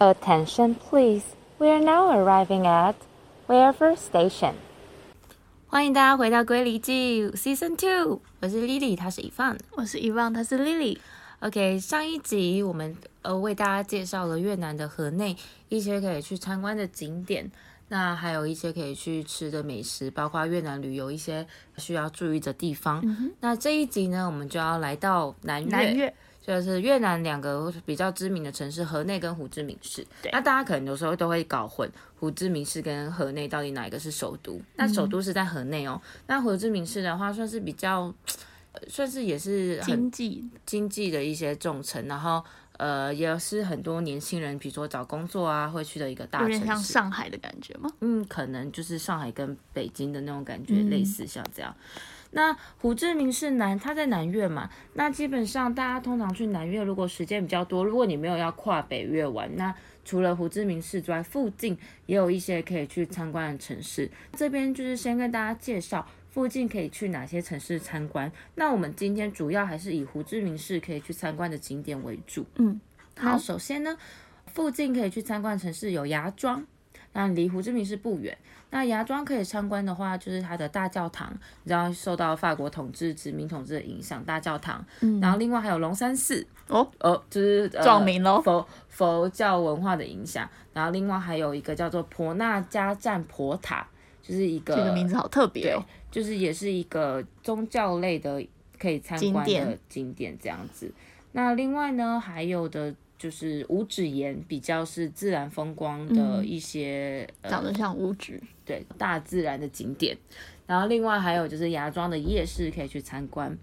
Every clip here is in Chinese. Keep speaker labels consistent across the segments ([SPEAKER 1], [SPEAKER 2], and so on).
[SPEAKER 1] Attention, please. We are now arriving at wherever station.
[SPEAKER 2] 欢迎大家回到《归离记》Season Two，我是 Lily，她是 Evan。
[SPEAKER 3] 我是遗忘，他是 Lily。
[SPEAKER 2] OK，上一集我们呃为大家介绍了越南的河内一些可以去参观的景点，那还有一些可以去吃的美食，包括越南旅游一些需要注意的地方。那这一集呢，我们就要来到南越，
[SPEAKER 3] 南越
[SPEAKER 2] 就是越南两个比较知名的城市河内跟胡志明市。
[SPEAKER 3] 对
[SPEAKER 2] 那大家可能有时候都会搞混胡志明市跟河内到底哪一个是首都？那首都是在河内哦。那胡志明市的话，算是比较，呃算是也是很
[SPEAKER 3] 经济
[SPEAKER 2] 经济的一些重城，然后呃也是很多年轻人，比如说找工作啊会去的一个大
[SPEAKER 3] 有点像
[SPEAKER 2] 城市。
[SPEAKER 3] 上海的感觉吗？
[SPEAKER 2] 嗯，可能就是上海跟北京的那种感觉，类似像这样。那胡志明市南，它在南越嘛，那基本上大家通常去南越，如果时间比较多，如果你没有要跨北越玩，那除了胡志明市之外，附近也有一些可以去参观的城市。这边就是先跟大家介绍附近可以去哪些城市参观。那我们今天主要还是以胡志明市可以去参观的景点为主。
[SPEAKER 3] 嗯，
[SPEAKER 2] 好，首先呢，附近可以去参观的城市有芽庄。那离胡志明市不远，那芽庄可以参观的话，就是它的大教堂，你知道受到法国统治、殖民统治的影响，大教堂，
[SPEAKER 3] 嗯
[SPEAKER 2] 然后另外还有龙山寺，
[SPEAKER 3] 哦，
[SPEAKER 2] 呃，就是、呃、
[SPEAKER 3] 撞名咯
[SPEAKER 2] 佛佛教文化的影响，然后另外还有一个叫做婆纳加站婆塔，就是一个
[SPEAKER 3] 这个名字好特别
[SPEAKER 2] 对
[SPEAKER 3] 哦。，
[SPEAKER 2] 就是也是一个宗教类的可以参观
[SPEAKER 3] 景点
[SPEAKER 2] 的景点这样子。那另外呢，还有的就是五指岩，比较是自然风光的一些、
[SPEAKER 3] 长
[SPEAKER 2] 呃
[SPEAKER 3] 得像乌纸，
[SPEAKER 2] 对大自然的景点。然后另外还有就是芽庄的夜市可以去参观。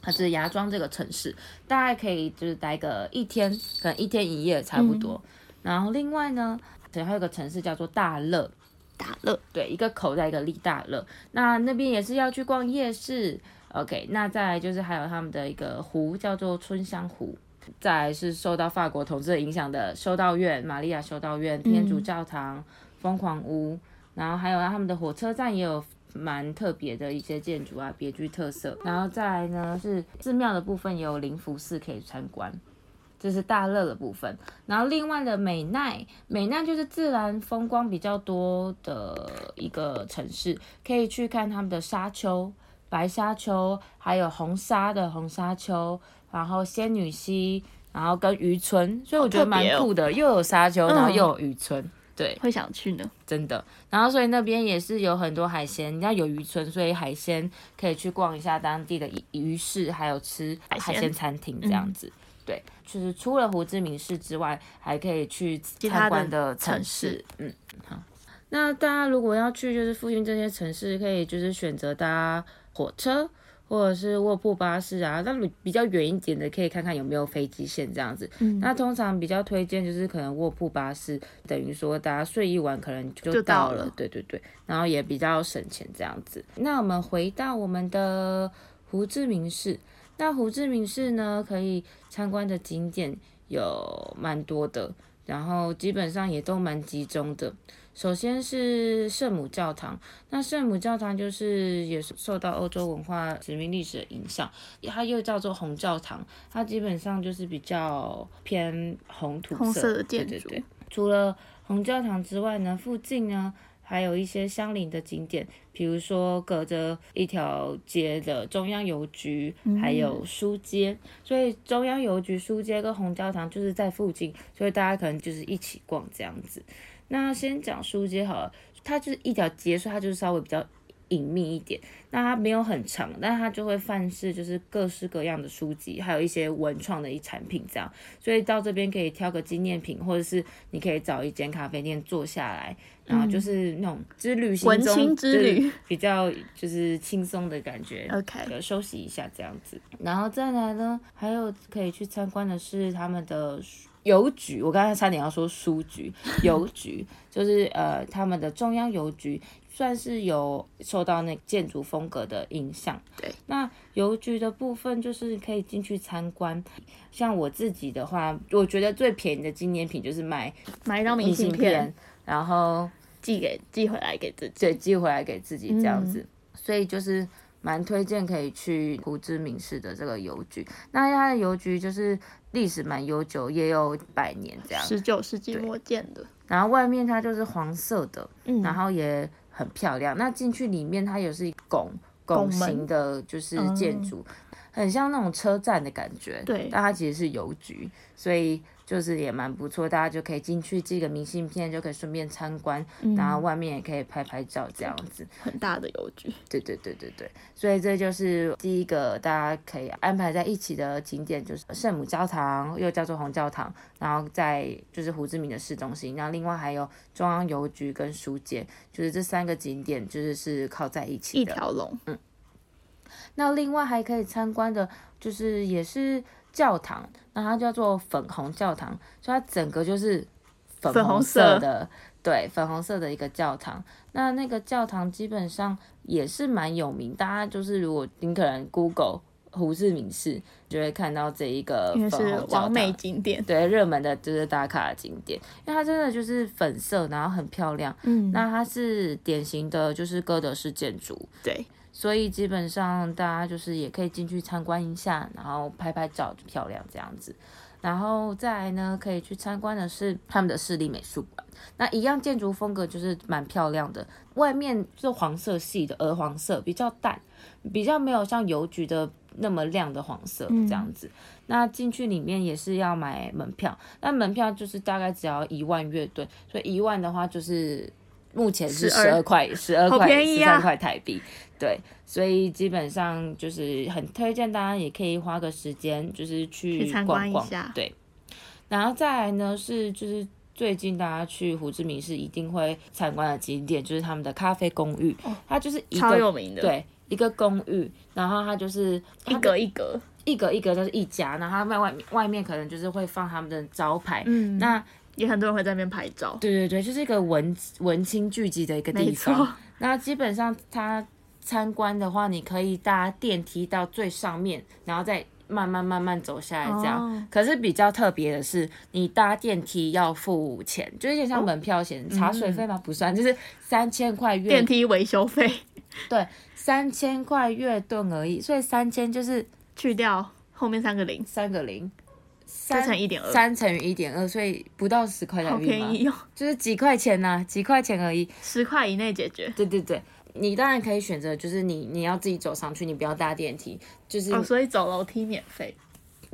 [SPEAKER 2] 它是芽庄这个城市，大概可以就是待个一天，可能一天一夜差不多。然后另外呢，对，还有一个城市叫做大乐，
[SPEAKER 3] 打乐
[SPEAKER 2] 对，一个口袋一个利大乐。那那边也是要去逛夜市。OK，那再来就是还有他们的一个湖叫做春香湖，再来是受到法国统治的影响的修道院、玛利亚修道院、天主教堂、疯狂屋，然后还有他们的火车站也有。蛮特别的一些建筑啊，别具特色。然后再来呢是寺庙的部分，也有灵福寺可以参观，这是大乐的部分。然后另外的美奈，美奈就是自然风光比较多的一个城市，可以去看他们的沙丘、白沙丘，还有红沙的红沙丘，然后仙女溪，然后跟渔村，所以我觉得
[SPEAKER 3] 好特
[SPEAKER 2] 蛮
[SPEAKER 3] 别哦
[SPEAKER 2] 酷的，又有沙丘，然后
[SPEAKER 3] 嗯
[SPEAKER 2] 又有渔村。对，
[SPEAKER 3] 会想去呢。
[SPEAKER 2] 真的。然后所以那边也是有很多海鲜，要有渔村，所以海鲜可以去逛一下当地的鱼鱼市，还有吃
[SPEAKER 3] 海鲜
[SPEAKER 2] 海鲜嗯餐厅这样子。对，就是除了胡志明市之外，还可以去参
[SPEAKER 3] 他的
[SPEAKER 2] 观的城
[SPEAKER 3] 城
[SPEAKER 2] 市
[SPEAKER 3] 市。
[SPEAKER 2] 嗯，好。那大家如果要去，就是附近这些城市，可以就是选择搭火车。或者是卧铺巴士啊，那比较远一点的可以看看有没有飞机线这样子。
[SPEAKER 3] 嗯
[SPEAKER 2] 那通常比较推荐就是可能卧铺巴士，等于说大家睡一晚可能就
[SPEAKER 3] 就
[SPEAKER 2] 到
[SPEAKER 3] 到
[SPEAKER 2] 了，
[SPEAKER 3] 了
[SPEAKER 2] 对对对，然后也比较省钱这样子。那我们回到我们的胡志明市，那胡志明市呢可以参观的景点有蛮多的，然后基本上也都蛮集中的。首先是圣母教堂，那圣母教堂就是也是受到欧洲文化殖民历史的影响，它又叫做红教堂，它基本上就是比较偏红土
[SPEAKER 3] 红色的建
[SPEAKER 2] 对对
[SPEAKER 3] 筑
[SPEAKER 2] 对。除了红教堂之外呢，附近呢还有一些相邻的景点，比如说隔着一条街的中央邮局，
[SPEAKER 3] 嗯
[SPEAKER 2] 还有书街。所以中央邮局、书街跟红教堂就是在附近，所以大家可能就是一起逛这样子。那先讲书街好了，它就是一条街，所以它就是稍微比较隐秘一点。那它没有很长，但它就会贩是就是各式各样的书籍，还有一些文创的一产品这样。所以到这边可以挑个纪念品，或者是你可以找一间咖啡店坐下来，然后就是那种之旅行
[SPEAKER 3] 文
[SPEAKER 2] 中
[SPEAKER 3] 青之旅
[SPEAKER 2] 就是比较就是轻松的感觉。
[SPEAKER 3] OK，
[SPEAKER 2] 呃休息一下这样子。然后再来呢，还有可以去参观的是他们的书邮局，我刚才差点要说书 局，邮局就是呃他们的中央邮局。算是有受到那建筑风格的影响。
[SPEAKER 3] 对，
[SPEAKER 2] 那邮局的部分就是可以进去参观。像我自己的话，我觉得最便宜的纪念品就是买
[SPEAKER 3] 买一张明
[SPEAKER 2] 明
[SPEAKER 3] 信
[SPEAKER 2] 信
[SPEAKER 3] 片
[SPEAKER 2] 片，然后
[SPEAKER 3] 寄给寄回来给自己。
[SPEAKER 2] 对，寄回来给自己这样子。所以就是蛮推荐可以去胡志明市的这个邮局。那它的邮局就是历史蛮悠久，也有百年这样。
[SPEAKER 3] 十九世纪末建的，
[SPEAKER 2] 然后外面它就是黄色的，
[SPEAKER 1] 嗯
[SPEAKER 2] 然后也很漂亮。那进去里面它也是一拱
[SPEAKER 3] 拱
[SPEAKER 2] 拱
[SPEAKER 3] 门
[SPEAKER 2] 形的，就是建筑，很像那种车站的感觉。
[SPEAKER 3] 对
[SPEAKER 2] 但它其实是邮局，所以就是也蛮不错，大家就可以进去寄个明信片，就可以顺便参观，然后外面也可以拍拍照这样子。
[SPEAKER 3] 嗯很大的邮局。
[SPEAKER 2] 对对对对对，所以这就是第一个大家可以安排在一起的景点，就是圣母教堂，又叫做红教堂，然后在就是胡志明的市中心，然后另外还有中央邮局跟书街，就是这三个景点就是是靠在一起
[SPEAKER 3] 一
[SPEAKER 2] 的。嗯
[SPEAKER 3] 条龙，
[SPEAKER 2] 那另外还可以参观的，就是也是教堂，那它叫做粉红教堂，所以它整个就是粉
[SPEAKER 3] 粉红
[SPEAKER 2] 红
[SPEAKER 3] 色
[SPEAKER 2] 色的，对，粉红色的一个教堂。那那个教堂基本上也是蛮有名，大家就是如果你可能 Google 胡志明市，就会看到这一个
[SPEAKER 3] 因为
[SPEAKER 2] 粉
[SPEAKER 3] 是
[SPEAKER 2] 红教
[SPEAKER 3] 完美
[SPEAKER 2] 堂。
[SPEAKER 3] 景点。
[SPEAKER 2] 对，热门的就是打卡的景点，因为它真的就是粉色，然后很漂亮。
[SPEAKER 3] 嗯，
[SPEAKER 2] 那它是典型的，就是哥德式建筑，
[SPEAKER 3] 对，
[SPEAKER 2] 所以基本上大家就是也可以进去参观一下，然后拍拍照，漂亮这样子。然后再来呢，可以去参观的是他们的市立美术馆，那一样建筑风格就是蛮漂亮的，外面是黄色系的鹅黄色，比较淡，比较没有像邮局的那么亮的黄色
[SPEAKER 3] 嗯
[SPEAKER 2] 这样子。那进去里面也是要买门票，那门票就是大概只要一万乐盾，所以一万的话就是目前是十
[SPEAKER 3] 12
[SPEAKER 2] 二块，十二
[SPEAKER 3] 好
[SPEAKER 2] 块，
[SPEAKER 3] 便宜
[SPEAKER 2] 十
[SPEAKER 3] 啊
[SPEAKER 2] 三块台币。对，所以基本上就是很推荐大家也可以花个时间，就是去
[SPEAKER 3] 去参观
[SPEAKER 2] 逛
[SPEAKER 3] 一
[SPEAKER 2] 逛
[SPEAKER 3] 下。
[SPEAKER 2] 对，然后再来呢是就是最近大家去胡志明市一定会参观的景点，就是他们的咖啡公寓，它就是一
[SPEAKER 3] 哦超
[SPEAKER 2] 个
[SPEAKER 3] 有名的，，
[SPEAKER 2] 对一个公寓，然后它就是
[SPEAKER 3] 一
[SPEAKER 2] 它的
[SPEAKER 3] 格一格，
[SPEAKER 2] 一格一格都是一家，然后它外外面外面可能就是会放他们的招牌。
[SPEAKER 3] 嗯，
[SPEAKER 2] 那
[SPEAKER 3] 也很多人会在那边拍照。
[SPEAKER 2] 对对对，就是一个文文青聚集的一个
[SPEAKER 3] 没
[SPEAKER 2] 地
[SPEAKER 3] 错
[SPEAKER 2] 方。那基本上它参观的话，你可以搭电梯到最上面，然后再慢慢慢慢走下来这样。
[SPEAKER 3] 哦
[SPEAKER 2] 可是比较特别的是，你搭电梯要付钱，就有点
[SPEAKER 3] 哦
[SPEAKER 2] 像门票钱，茶水费吗？不算，就是三千块月
[SPEAKER 3] 嗯电梯维修费
[SPEAKER 2] 对三千块月盾而已，所以三千就是
[SPEAKER 3] 去掉后面三个零，
[SPEAKER 2] 三个零。
[SPEAKER 3] 再
[SPEAKER 2] 三
[SPEAKER 3] 乘一点二，
[SPEAKER 2] 三乘以一点二，所以不到十块
[SPEAKER 3] 好
[SPEAKER 2] 台币吗
[SPEAKER 3] 便？宜哦，
[SPEAKER 2] 就是几块钱呐、几块钱而已。
[SPEAKER 3] 十块以内解决。
[SPEAKER 2] 对对对，你当然可以选择，就是你你要自己走上去，你不要搭电梯，就是
[SPEAKER 3] 哦，所以走楼梯免费。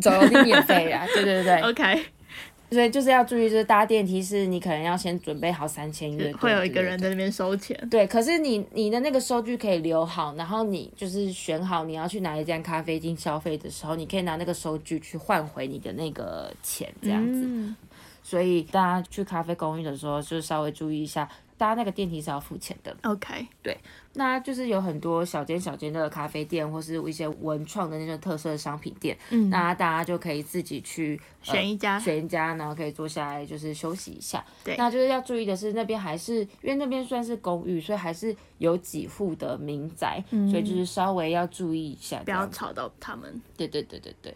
[SPEAKER 2] 走楼梯免费啦。啊对对对，
[SPEAKER 3] OK，
[SPEAKER 2] 所以就是要注意，就是搭电梯是你可能要先准备好三千元，
[SPEAKER 3] 会有一个
[SPEAKER 2] 对
[SPEAKER 3] 人。在那边收钱。
[SPEAKER 2] 对，可是你你的那个收据可以留好，然后你就是选好你要去哪一间咖啡厅消费的时候，你可以拿那个收据去换回你的那个钱，这样子。
[SPEAKER 3] 嗯，
[SPEAKER 2] 所以大家去咖啡公寓的时候，就稍微注意一下，搭那个电梯是要付钱的。
[SPEAKER 3] OK，
[SPEAKER 2] 那就是有很多小间小间的咖啡店，或是一些文创的那种特色商品店，
[SPEAKER 3] 嗯
[SPEAKER 2] 那大家就可以自己去、呃
[SPEAKER 3] 选一家
[SPEAKER 2] 选一家，然后可以坐下来就是休息一下。
[SPEAKER 3] 对
[SPEAKER 2] 那就是要注意的是，那边还是因为那边算是公寓，所以还是有几户的民宅，
[SPEAKER 3] 嗯
[SPEAKER 2] 所以就是稍微要注意一下，
[SPEAKER 3] 不要。吵到他们。
[SPEAKER 2] 对对对对对。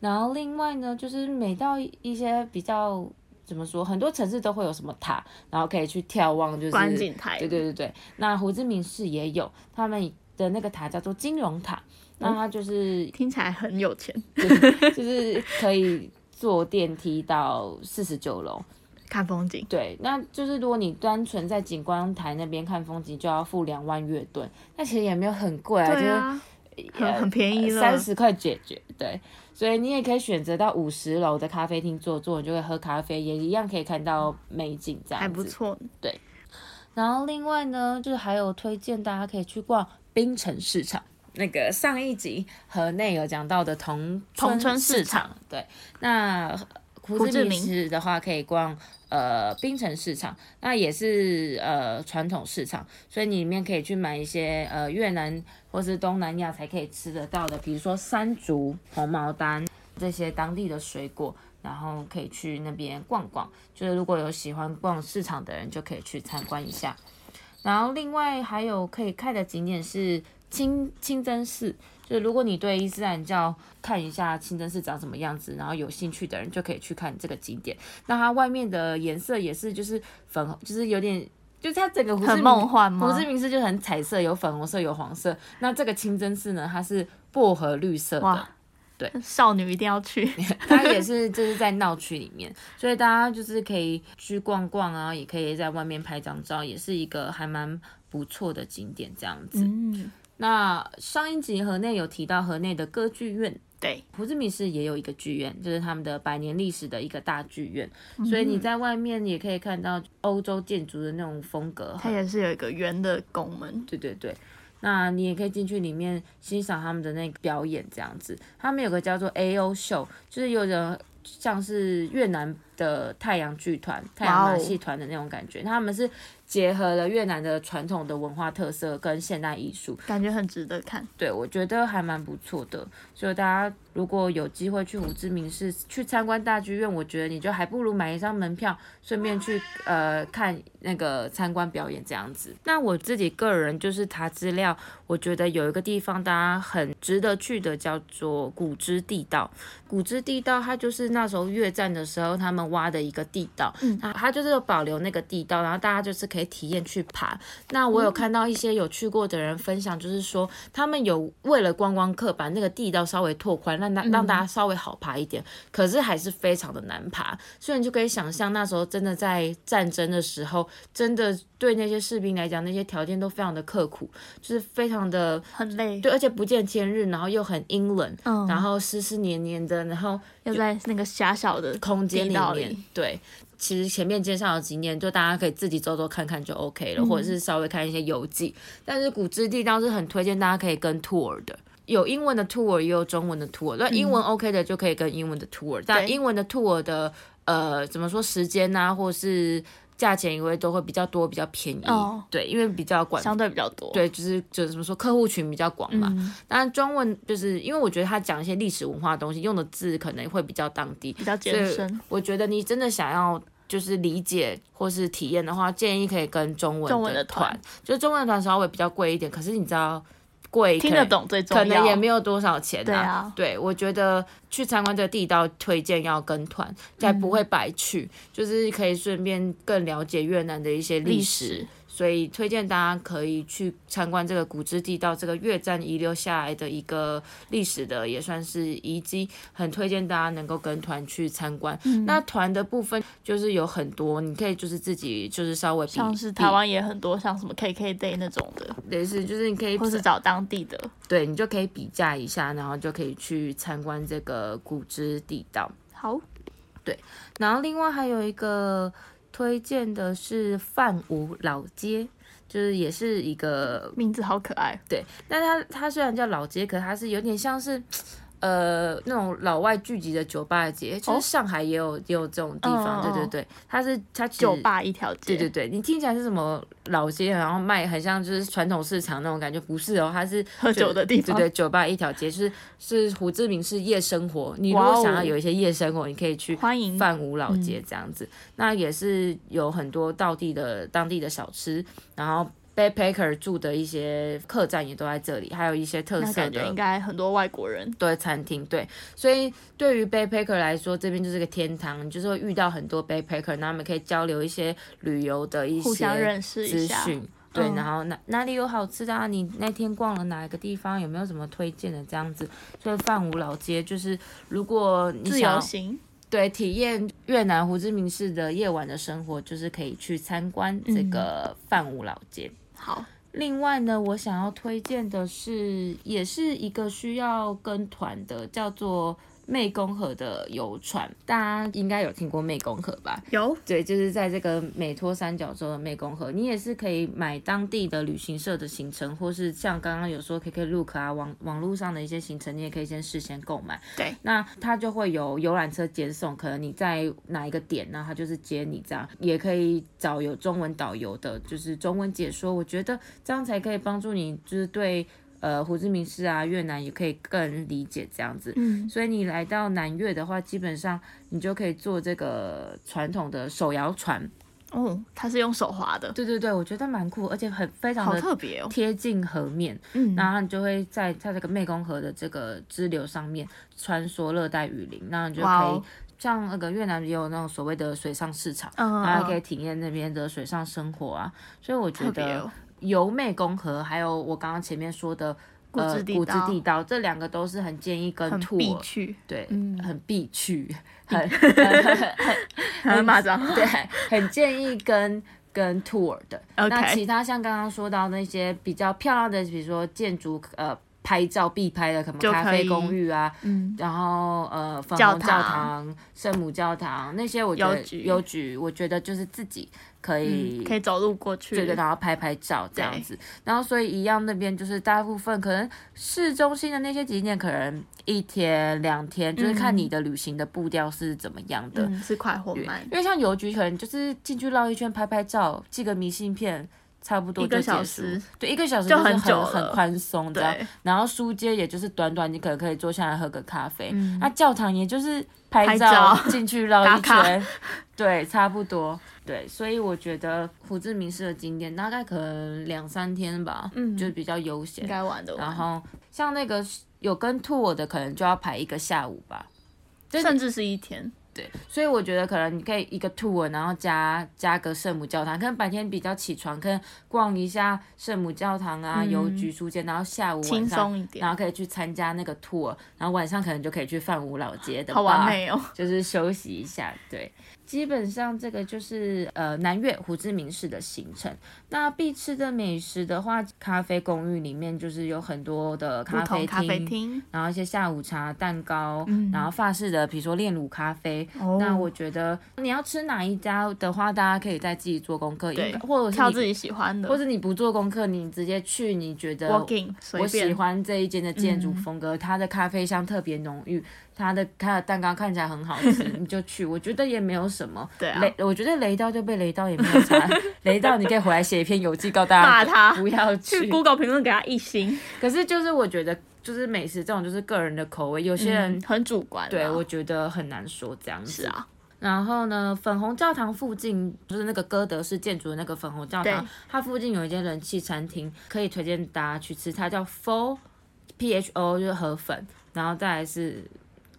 [SPEAKER 2] 然后另外呢，就是每到一些比较怎么说，很多城市都会有什么塔，然后可以去眺望，就是
[SPEAKER 3] 观景台
[SPEAKER 2] 对对对对，那胡志明市也有，他们的那个塔叫做金融塔，
[SPEAKER 3] 哦
[SPEAKER 2] 那它就是、
[SPEAKER 3] 听起来很有钱，
[SPEAKER 2] 就是可以坐电梯到四十九楼。
[SPEAKER 3] 看风景。
[SPEAKER 2] 对，那就是如果你单纯在景观台那边看风景，就要付两万月盾，那其实也没有很贵
[SPEAKER 3] 对啊，
[SPEAKER 2] 就是呃
[SPEAKER 3] 很很便宜了
[SPEAKER 2] 三十块解决。对，所以你也可以选择到五十楼的咖啡厅坐坐，你就会喝咖啡，也一样可以看到美景，这样子
[SPEAKER 3] 还不错。
[SPEAKER 2] 然后另外呢，就是还有推荐大家可以去逛冰城市场。那个上一集河内有讲到的同
[SPEAKER 3] 同村市
[SPEAKER 2] 市
[SPEAKER 3] 场
[SPEAKER 2] 场，对，那胡
[SPEAKER 3] 胡志
[SPEAKER 2] 志明
[SPEAKER 3] 明
[SPEAKER 2] 市的话可以逛呃冰城市场，那也是呃传统市场，所以你里面可以去买一些呃越南或是东南亚才可以吃得到的，比如说山竹、红毛丹这些当地的水果，然后可以去那边逛逛。就是如果有喜欢逛市场的人，就可以去参观一下。然后另外还有可以看的景点是清清真寺，就是如果你对伊斯兰教看一下清真寺长什么样子，然后有兴趣的人就可以去看这个景点。那它外面的颜色也是就是粉红，就是有点就是它整个胡志
[SPEAKER 3] 很
[SPEAKER 2] 明
[SPEAKER 3] 梦幻吗
[SPEAKER 2] 胡志明市就很彩色，有粉红色，有黄色。那这个清真寺呢，它是薄荷绿色的
[SPEAKER 3] 哇，少女一定要 去，
[SPEAKER 2] 它也是就是在闹区里面， 所以大家就是可以去逛逛啊，也可以在外面拍张照，也是一个还蛮不错的景点这样子。
[SPEAKER 3] 嗯，
[SPEAKER 2] 那上一集河内有提到河内的歌剧院，
[SPEAKER 3] 对，
[SPEAKER 2] 胡志明市也有一个剧院，就是他们的百年历史的一个大剧院，所以你在外面也可以看到欧洲建筑的那种风格。
[SPEAKER 3] 它也是有一个圆的拱门，
[SPEAKER 2] 对对对，那你也可以进去里面欣赏他们的那个表演，这样子。他们有个叫做 A O 秀，就是有点像是越南的太阳剧团、太阳马戏团的那种感觉。他们是结合了越南的传统的文化特色跟现代艺术，
[SPEAKER 3] 感觉很值得看。
[SPEAKER 2] 对，我觉得还蛮不错的。所以大家如果有机会去胡志明市去参观大剧院，我觉得你就还不如买一张门票，顺便去呃看那个参观表演这样子。那我自己个人就是查资料，我觉得有一个地方大家很值得去的，叫做古之地道。古之地道它就是那时候越战的时候他们挖的一个地道，嗯，它就是有保留那个地道，然后大家就是可以体验去爬。那我有看到一些有去过的人分享，就是说他们有为了观光客把那个地道稍微拓宽，让大让大家稍微好爬一点，可是还是非常的难爬。所以你就可以想象，那时候真的在战争的时候，真的对那些士兵来讲，那些条件都非常的刻苦，就是非常的
[SPEAKER 3] 很累，
[SPEAKER 2] 对，而且不见天日，然后又很阴冷，
[SPEAKER 3] 嗯
[SPEAKER 2] 然后湿湿黏黏的，然后
[SPEAKER 3] 又在那个狭小的
[SPEAKER 2] 空间
[SPEAKER 3] 地
[SPEAKER 2] 里
[SPEAKER 3] 道
[SPEAKER 2] 面，对。其实前面介绍的景点，就大家可以自己走走看看就 OK 了，或
[SPEAKER 3] 嗯
[SPEAKER 2] 者是稍微看一些游记。但是古之地道是很推荐大家可以跟 tour 的，有英文的 tour 也有中文的 tour。那英文
[SPEAKER 3] 嗯
[SPEAKER 2] OK 的就可以跟英文的 tour，、但英文的 tour 的呃怎么说时间呐、或是价钱因为都会比较多，比较便宜。
[SPEAKER 3] 哦
[SPEAKER 2] 对，因为比较管
[SPEAKER 3] 相对比较多，，嗯
[SPEAKER 2] 对，嗯就是就是怎么说，客户群比较广嘛。当然中文就是因为我觉得他讲一些历史文化的东西，用的字可能会比较当地，
[SPEAKER 3] 比较
[SPEAKER 2] 所
[SPEAKER 3] 健
[SPEAKER 2] 以
[SPEAKER 3] 身。
[SPEAKER 2] 我觉得你真的想要。就是理解或是体验的话，建议可以跟中文
[SPEAKER 3] 中文的
[SPEAKER 2] 团
[SPEAKER 3] 团，
[SPEAKER 2] 就中文的团稍微比较贵一点，可是你知道贵
[SPEAKER 3] 听
[SPEAKER 2] 可
[SPEAKER 3] 得
[SPEAKER 2] 能
[SPEAKER 3] 懂最重
[SPEAKER 2] 可
[SPEAKER 3] 要，
[SPEAKER 2] 能也没有多少钱、啊。
[SPEAKER 3] 对啊
[SPEAKER 2] 对我觉得去参观这个地道，推荐要跟团，才不会白去，就是可以顺便更了解越南的一些历
[SPEAKER 3] 历
[SPEAKER 2] 史。
[SPEAKER 3] 史
[SPEAKER 2] 所以推荐大家可以去参观这个古之地道，这个越战遗留下来的一个历史的，也算是遗迹，很推荐大家能够跟团去参观。
[SPEAKER 3] 嗯
[SPEAKER 2] 那团的部分就是有很多，你可以就是自己就是稍微比
[SPEAKER 3] 像是
[SPEAKER 2] 比
[SPEAKER 3] 台湾也很多，像什么 KK Day 那种的，
[SPEAKER 2] 类似，就是你可以
[SPEAKER 3] 或是找当地的。
[SPEAKER 2] 对你就可以比价一下，然后就可以去参观这个古之地道。
[SPEAKER 3] 好，
[SPEAKER 2] 然后另外还有一个推荐的是范武老街，就是也是一个
[SPEAKER 3] 名字好可爱，
[SPEAKER 2] 对，但它它虽然叫老街，可它是有点像是。呃，那种老外聚集的酒吧街，就是
[SPEAKER 3] 哦
[SPEAKER 2] 上海也有、也有这种地方，
[SPEAKER 3] 嗯嗯
[SPEAKER 2] 对对
[SPEAKER 3] 嗯
[SPEAKER 2] 对，它是它其实
[SPEAKER 3] 酒吧一条
[SPEAKER 2] 对
[SPEAKER 3] 街，
[SPEAKER 2] 对对，你听起来是什么老街，然后卖很像就是传统市场那种感觉，不是哦，它是
[SPEAKER 3] 喝酒的地方
[SPEAKER 2] 对对，酒吧一条街，就是是胡志明市夜生活。你如果
[SPEAKER 3] 哇哦
[SPEAKER 2] 想要有一些夜生活，你可以去
[SPEAKER 3] 欢迎
[SPEAKER 2] 范武老
[SPEAKER 3] 嗯
[SPEAKER 2] 街这样子，那也是有很多当地的当地的小吃，然后 backpacker 住的一些客栈也都在这里，还有一些特
[SPEAKER 3] 那
[SPEAKER 2] 色
[SPEAKER 3] 感觉应
[SPEAKER 2] 的。
[SPEAKER 3] 该很多外国人，
[SPEAKER 2] 对餐厅，对，所以对于 backpacker 来说，这边就是个天堂，你就是会遇到很多 backpacker，那他们可以交流一些旅游的一些
[SPEAKER 3] 互相认识
[SPEAKER 2] 资
[SPEAKER 3] 一下。
[SPEAKER 2] 讯。对，
[SPEAKER 3] 嗯
[SPEAKER 2] 然后哪哪里有好吃的啊？你那天逛了哪一个地方？有没有什么推荐的这样子？所以范武老街就是，如果你
[SPEAKER 3] 自
[SPEAKER 2] 想
[SPEAKER 3] 由
[SPEAKER 2] 要
[SPEAKER 3] 行，
[SPEAKER 2] 对体验越南胡志明市的夜晚的生活，就是可以去参观这个范武老街。
[SPEAKER 3] 好，
[SPEAKER 2] 另外呢，我想要推荐的是，也是一个需要跟团的，叫做湄公河的游船。大家应该有听过湄公河吧？
[SPEAKER 3] 有
[SPEAKER 2] 对，就是在这个美托三角洲的湄公河，你也是可以买当地的旅行社的行程，或是像刚刚有说 KKlook 啊，网网络上的一些行程，你也可以先事先购买。
[SPEAKER 3] 对，
[SPEAKER 2] 那它就会有游览车接送，可能你在哪一个点，然后它就是接你这样，也可以找有中文导游的，就是中文解说，我觉得这样才可以帮助你，就是对。呃，胡志明市啊，越南也可以更理解这样子，
[SPEAKER 3] 嗯，
[SPEAKER 2] 所以你来到南越的话，基本上你就可以坐这个传统的手摇船。
[SPEAKER 3] 哦，它是用手划的，
[SPEAKER 2] 对对对，我觉得蛮酷，而且很非常
[SPEAKER 3] 好
[SPEAKER 2] 的
[SPEAKER 3] 特别哦，
[SPEAKER 2] 贴近河面。
[SPEAKER 3] 嗯，
[SPEAKER 2] 然后你就会在它这个湄公河的这个支流上面穿梭热带雨林，那你就可
[SPEAKER 3] 哇
[SPEAKER 2] 以
[SPEAKER 3] 哦。
[SPEAKER 2] 像那个越南也有那种所谓的水上市场，
[SPEAKER 3] 嗯
[SPEAKER 2] 大家可以
[SPEAKER 3] 嗯
[SPEAKER 2] 体验那边的水上生活啊。所以我觉
[SPEAKER 3] 特别
[SPEAKER 2] 得
[SPEAKER 3] 哦
[SPEAKER 2] 由湄公河，还有我刚刚前面说的
[SPEAKER 3] 古
[SPEAKER 2] 呃
[SPEAKER 3] 之地
[SPEAKER 2] 古之
[SPEAKER 3] 道
[SPEAKER 2] 地道，这两个都是很建议跟
[SPEAKER 3] 很
[SPEAKER 2] tour，
[SPEAKER 3] 必去，
[SPEAKER 2] 对，
[SPEAKER 1] 嗯
[SPEAKER 2] 很必去， 很很很
[SPEAKER 3] 还会骂脏 话
[SPEAKER 2] 对，很建议跟跟 tour 的。
[SPEAKER 3] OK
[SPEAKER 2] 那其他像刚刚说到那些比较漂亮的，比如说建筑呃拍照必拍的，什么
[SPEAKER 3] 就
[SPEAKER 2] 咖
[SPEAKER 3] 可
[SPEAKER 2] 啡
[SPEAKER 3] 以
[SPEAKER 2] 公寓啊，
[SPEAKER 3] 嗯，
[SPEAKER 2] 然后呃粉
[SPEAKER 3] 教
[SPEAKER 2] 红教
[SPEAKER 3] 堂
[SPEAKER 2] 堂、圣母教堂那些，我觉得
[SPEAKER 3] 邮局
[SPEAKER 2] 邮局，我觉得就是自己可以、
[SPEAKER 3] 嗯可以走路过去，
[SPEAKER 2] 对对，然后拍拍照这样
[SPEAKER 3] 对
[SPEAKER 2] 子。然后所以一样那边就是大部分可能市中心的那些景点，可能一天两天，就是看你的旅行的步调是怎么样的。
[SPEAKER 3] 嗯，是快或
[SPEAKER 2] 对
[SPEAKER 3] 慢
[SPEAKER 2] 因，为像邮局可能就是进去绕一圈拍拍照，寄个明信片。差不多
[SPEAKER 3] 一个
[SPEAKER 2] 就结
[SPEAKER 3] 小
[SPEAKER 2] 束
[SPEAKER 3] 时，
[SPEAKER 2] 对，一个小时
[SPEAKER 3] 就是很久
[SPEAKER 2] 很很
[SPEAKER 3] 了
[SPEAKER 2] 宽松这样。
[SPEAKER 3] 对，
[SPEAKER 2] 然后书街也就是短短，你可能可以坐下来喝个咖啡。
[SPEAKER 3] 嗯
[SPEAKER 2] 那教堂也就是拍
[SPEAKER 3] 拍
[SPEAKER 2] 照
[SPEAKER 3] 照
[SPEAKER 2] 进去绕一
[SPEAKER 3] 打卡
[SPEAKER 2] 圈，对，差不多。对，所以我觉得胡志明市的景点大概可能两三天吧，
[SPEAKER 3] 嗯
[SPEAKER 2] 就是比较悠闲
[SPEAKER 3] 应。该玩的玩，
[SPEAKER 2] 然后像那个有跟 tour 的，可能就要排一个下午吧。就是
[SPEAKER 3] 甚至是一天，
[SPEAKER 2] 对，所以我觉得可能你可以一个 tour，然后加加个圣母教堂，可能白天比较起床，可能逛一下圣母教堂啊、
[SPEAKER 3] 嗯
[SPEAKER 2] 邮局、书街，然后下午晚
[SPEAKER 3] 轻
[SPEAKER 2] 上
[SPEAKER 3] 松一点
[SPEAKER 2] 然，后可以去参加那个 tour，然后晚上可能就可以去范武老街的，
[SPEAKER 3] 好完，美哦，
[SPEAKER 2] 就是休息一下。对，基本上这个就是呃南越胡志明市的行程。那必吃的美食的话，咖啡公寓里面就是有很多的
[SPEAKER 3] 不
[SPEAKER 2] 咖啡
[SPEAKER 3] 同
[SPEAKER 2] 厅，
[SPEAKER 3] 咖啡厅，
[SPEAKER 2] 然后一些下午茶、蛋糕，
[SPEAKER 3] 嗯
[SPEAKER 2] 然后法式的，比如说炼乳咖啡。
[SPEAKER 3] 哦
[SPEAKER 2] 那我觉得你要吃哪一家的话，大家可以再自己做功课，
[SPEAKER 3] 对
[SPEAKER 2] 因为或者是
[SPEAKER 3] 挑
[SPEAKER 2] 你
[SPEAKER 3] 自己喜欢的
[SPEAKER 2] 或者你不做功课，你直接去，你觉得
[SPEAKER 3] ，walking
[SPEAKER 2] 呃我
[SPEAKER 3] 随
[SPEAKER 2] 喜
[SPEAKER 3] 便，
[SPEAKER 2] 欢这一间的建筑
[SPEAKER 3] 嗯
[SPEAKER 2] 风格，它的咖啡香特别浓郁，它的它的蛋糕看起来很好 吃，你就去。我觉得也没有什么，
[SPEAKER 3] 对啊
[SPEAKER 2] 雷我觉得雷到就被雷到也没有 差，雷到你可以回来写一篇游记告大家，
[SPEAKER 3] 骂他
[SPEAKER 2] 不要
[SPEAKER 3] 去 Google 评论给他一星，
[SPEAKER 2] 可是就是我觉得就是美食这种就是个人的口味，有些人、
[SPEAKER 3] 嗯很主观啦，
[SPEAKER 2] 对我觉得很难说这样子。
[SPEAKER 3] 是啊，
[SPEAKER 2] 然后呢，粉红教堂附近就是那个哥德式建筑的那个粉红教堂
[SPEAKER 3] 对，
[SPEAKER 2] 它附近有一间人气餐厅，可以推荐大家去吃，它叫 Pho P H O 就是河粉，然后再来是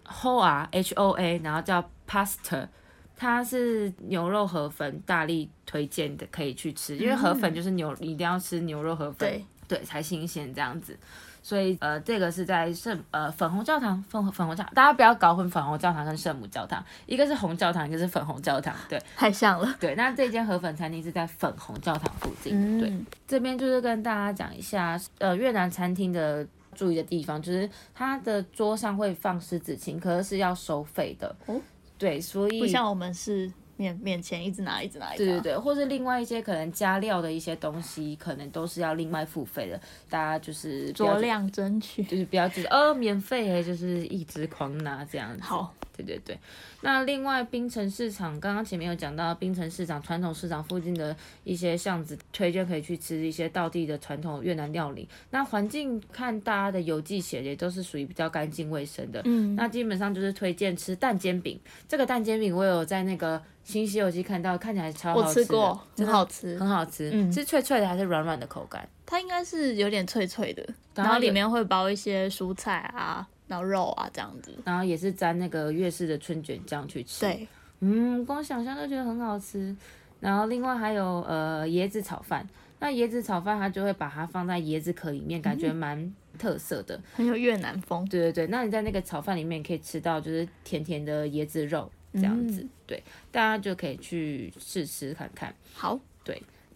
[SPEAKER 2] Hoa H O A，然后叫 Pasta。它是牛肉河粉，大力推荐的，可以去吃，因为河粉就是牛，一定要吃牛肉河粉
[SPEAKER 3] 对，
[SPEAKER 2] 对，才新鲜这样子。所以呃，这个是在圣呃粉红教堂，粉粉红教堂，大家不要搞混粉红教堂跟圣母教堂，一个是红教堂，一个是粉红教堂，对
[SPEAKER 3] 太像了，
[SPEAKER 2] 对。那这间河粉餐厅是在粉红教堂附近，对。
[SPEAKER 3] 嗯，
[SPEAKER 2] 这边就是跟大家讲一下，呃，越南餐厅的注意的地方，就是它的桌上会放狮子琴，可是是要收费的。
[SPEAKER 3] 哦，
[SPEAKER 2] 对，所以
[SPEAKER 3] 不像我们是面面前一直拿一直拿一直
[SPEAKER 2] 对
[SPEAKER 3] 拿，
[SPEAKER 2] 对对，或是另外一些可能加料的一些东西，可能都是要另外付费的。大家就是不要
[SPEAKER 3] 酌
[SPEAKER 2] 觉，
[SPEAKER 3] 量争取。
[SPEAKER 2] 就是不要觉得呃免费耶，就是一直狂拿这样子。
[SPEAKER 3] 好，
[SPEAKER 2] 对对对，那另外冰城市场，刚刚前面有讲到冰城市场传统市场附近的一些巷子，推荐可以去吃一些道地的传统越南料理。那环境看大家的游记写的也都是属于比较干净卫生的。
[SPEAKER 3] 嗯，
[SPEAKER 2] 那基本上就是推荐吃蛋煎饼，这个蛋煎饼我有在那个《新西游记》看到，看起来超
[SPEAKER 3] 我
[SPEAKER 2] 好吃
[SPEAKER 3] 吃
[SPEAKER 2] 的嗯
[SPEAKER 3] 过，
[SPEAKER 2] 真
[SPEAKER 3] 很
[SPEAKER 2] 的
[SPEAKER 3] 好吃
[SPEAKER 2] 很，好吃，
[SPEAKER 3] 嗯
[SPEAKER 2] 是脆脆的还是软软的口感？
[SPEAKER 3] 它应该是有点脆脆的，
[SPEAKER 2] 然
[SPEAKER 3] 然
[SPEAKER 2] 后
[SPEAKER 3] 后里
[SPEAKER 2] 有
[SPEAKER 3] 面会包一些蔬菜啊，然后肉啊这样子。
[SPEAKER 2] 然后也是沾那个粤式的春卷酱去吃。
[SPEAKER 3] 对，
[SPEAKER 2] 嗯，光想象就觉得很好吃。然后另外还有呃椰子炒饭，那椰子炒饭它就会把它放在椰子壳里面，感觉蛮特色的。
[SPEAKER 3] 很有越南风。
[SPEAKER 2] 对对对，那你在那个炒饭里面可以吃到就是甜甜的椰子肉这样子，
[SPEAKER 3] 嗯
[SPEAKER 2] 对，大家就可以去试吃看看。
[SPEAKER 3] 好，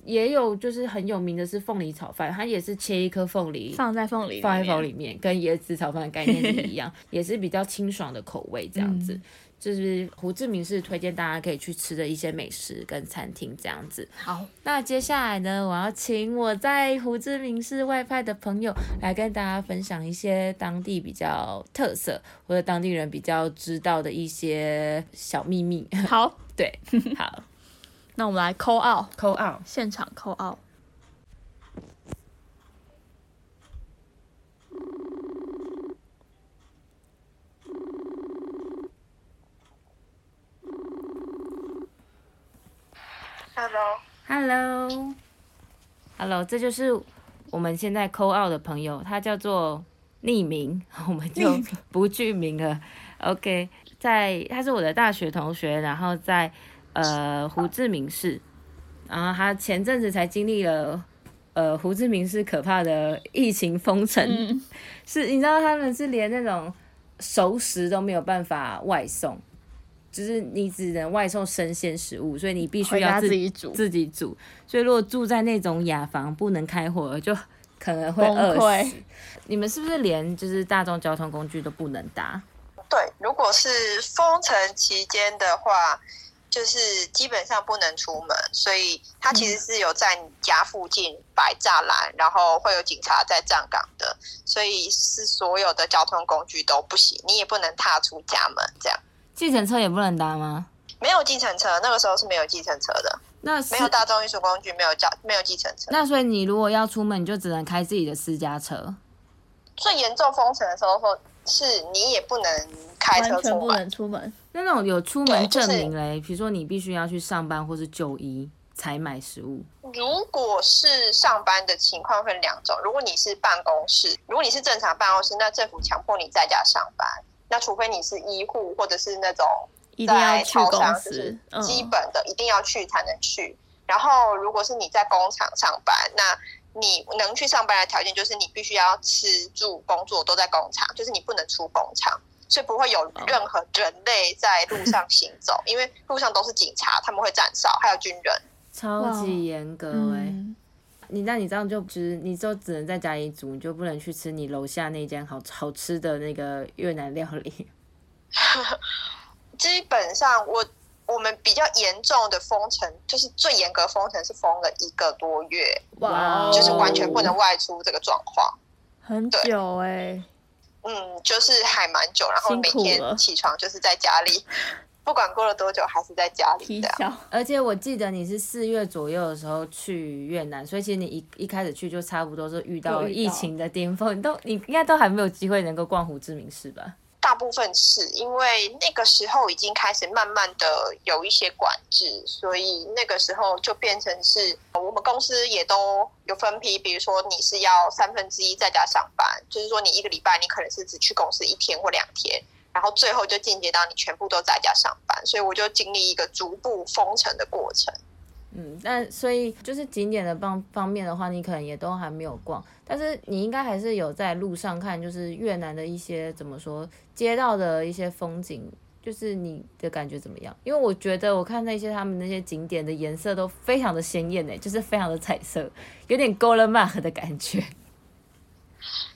[SPEAKER 2] 也有就是很有名的是凤梨炒饭，它也是切一颗凤梨。
[SPEAKER 3] 放在凤梨里面，
[SPEAKER 2] 放在包里面，跟椰子炒饭的概念是一样， 也是比较清爽的口味这样子。就是胡志明市推荐大家可以去吃的一些美食跟餐厅这样子。
[SPEAKER 3] 好，
[SPEAKER 2] 那接下来呢，我要请我在胡志明市外派的朋友来跟大家分享一些当地比较特色或者当地人比较知道的一些小秘密。
[SPEAKER 3] 好，
[SPEAKER 2] 对，好，
[SPEAKER 3] 那我们来扣奥，
[SPEAKER 2] 扣二，
[SPEAKER 3] 现场扣奥。
[SPEAKER 4] Hello，
[SPEAKER 2] Hello，Hello，这就是我们现在扣 out 的朋友，他叫做匿名， 我们就不具名了。OK，在他是我的大学同学，然后在呃胡志明市，然后他前阵子才经历了呃胡志明市可怕的疫情封城，
[SPEAKER 3] 嗯
[SPEAKER 2] 是你知道他们是连那种熟食都没有办法外送。就是你只能外送生鲜食物，所以你必须
[SPEAKER 3] 回
[SPEAKER 2] 要
[SPEAKER 3] 家
[SPEAKER 2] 自
[SPEAKER 3] 自己煮，
[SPEAKER 2] 自己煮，所以如果住在那种雅房不能开火，就可能会
[SPEAKER 3] 崩
[SPEAKER 2] 饿
[SPEAKER 3] 溃
[SPEAKER 2] 死。你们是不是连就是大众交通工具都不能搭？
[SPEAKER 4] 对，如果是封城期间的话，就是基本上不能出门，所以它其
[SPEAKER 3] 嗯
[SPEAKER 4] 实是有在你家附近摆栅栏，然后会有警察在站岗的，所以是所有的交通工具都不行，你也不能踏出家门，这样
[SPEAKER 2] 计程车也不能搭吗？
[SPEAKER 4] 没有计程车，那个时候是没有计程车的，
[SPEAKER 2] 那是
[SPEAKER 4] 没有大众运输工具，没有交，没有计程车。
[SPEAKER 2] 那所以你如果要出门，你就只能开自己的私家车。
[SPEAKER 4] 最严重封城的时候，是你也不能开车
[SPEAKER 3] 完全
[SPEAKER 4] 出
[SPEAKER 3] 不
[SPEAKER 4] 门，
[SPEAKER 3] 能出门。
[SPEAKER 2] 那那种有出门
[SPEAKER 4] 对就
[SPEAKER 2] 证
[SPEAKER 4] 是
[SPEAKER 2] 明嘞，比如说你必须要去上班或是就医才买食物。
[SPEAKER 4] 如果是上班的情况分两种，如果你是办公室，如果你是正常办公室，那政府强迫你在家上班，那除非你是医护或者是那种
[SPEAKER 3] 一定要
[SPEAKER 4] 在
[SPEAKER 3] 去
[SPEAKER 4] 超
[SPEAKER 3] 公
[SPEAKER 4] 商，就是
[SPEAKER 3] 司，嗯，
[SPEAKER 4] 基本的一定要去才能去。然后如果是你在工厂上班，那你能去上班的条件就是你必须要吃住工作都在工厂，就是你不能出工厂。所以不会有任何人类在路上行
[SPEAKER 3] 哦
[SPEAKER 4] 走，因为路上都是警察，他们会站哨，还有军人。
[SPEAKER 2] 超
[SPEAKER 3] 哇
[SPEAKER 2] 级严格哎、
[SPEAKER 3] 嗯，
[SPEAKER 2] 你那你这样就只你就只能在家里煮，你就不能去吃你楼下那间好好吃的那个越南料理。
[SPEAKER 4] 基本上我我们比较严重的封城，就是最严格封城是封了一个多月，
[SPEAKER 3] 哇哦，
[SPEAKER 4] 就是完全不能外出这个状况。
[SPEAKER 3] 很久哎，
[SPEAKER 4] 嗯，就是还蛮久，然后
[SPEAKER 3] 辛
[SPEAKER 4] 每
[SPEAKER 3] 苦了
[SPEAKER 4] 天起床就是在家里，不管过了多久还是在家里
[SPEAKER 3] 皮
[SPEAKER 4] 这样。
[SPEAKER 3] 小，
[SPEAKER 2] 而且我记得你是四月左右的时候去越南，所以其实你一一开始去就差不多是遇到
[SPEAKER 3] 有遇到
[SPEAKER 2] 疫情的巅峰，你都你应该都还没有机会能够逛胡志明市吧？
[SPEAKER 4] 大部分是因为那个时候已经开始慢慢的有一些管制，所以那个时候就变成是呃我们公司也都有分批，比如说你是要三分之一在家上班，就是说你一个礼拜你可能是只去公司一天或两天，然后最后就间接到你全部都在家上班，所以我就经历一个逐步封城的过程。
[SPEAKER 2] 嗯，但所以就是景点的方方面的话，你可能也都还没有逛，但是你应该还是有在路上看，就是越南的一些怎么说街道的一些风景，就是你的感觉怎么样？因为我觉得我看那些他们那些景点的颜色都非常的鲜艳诶，就是非常的彩色，有点 g o l d m a r 的感觉。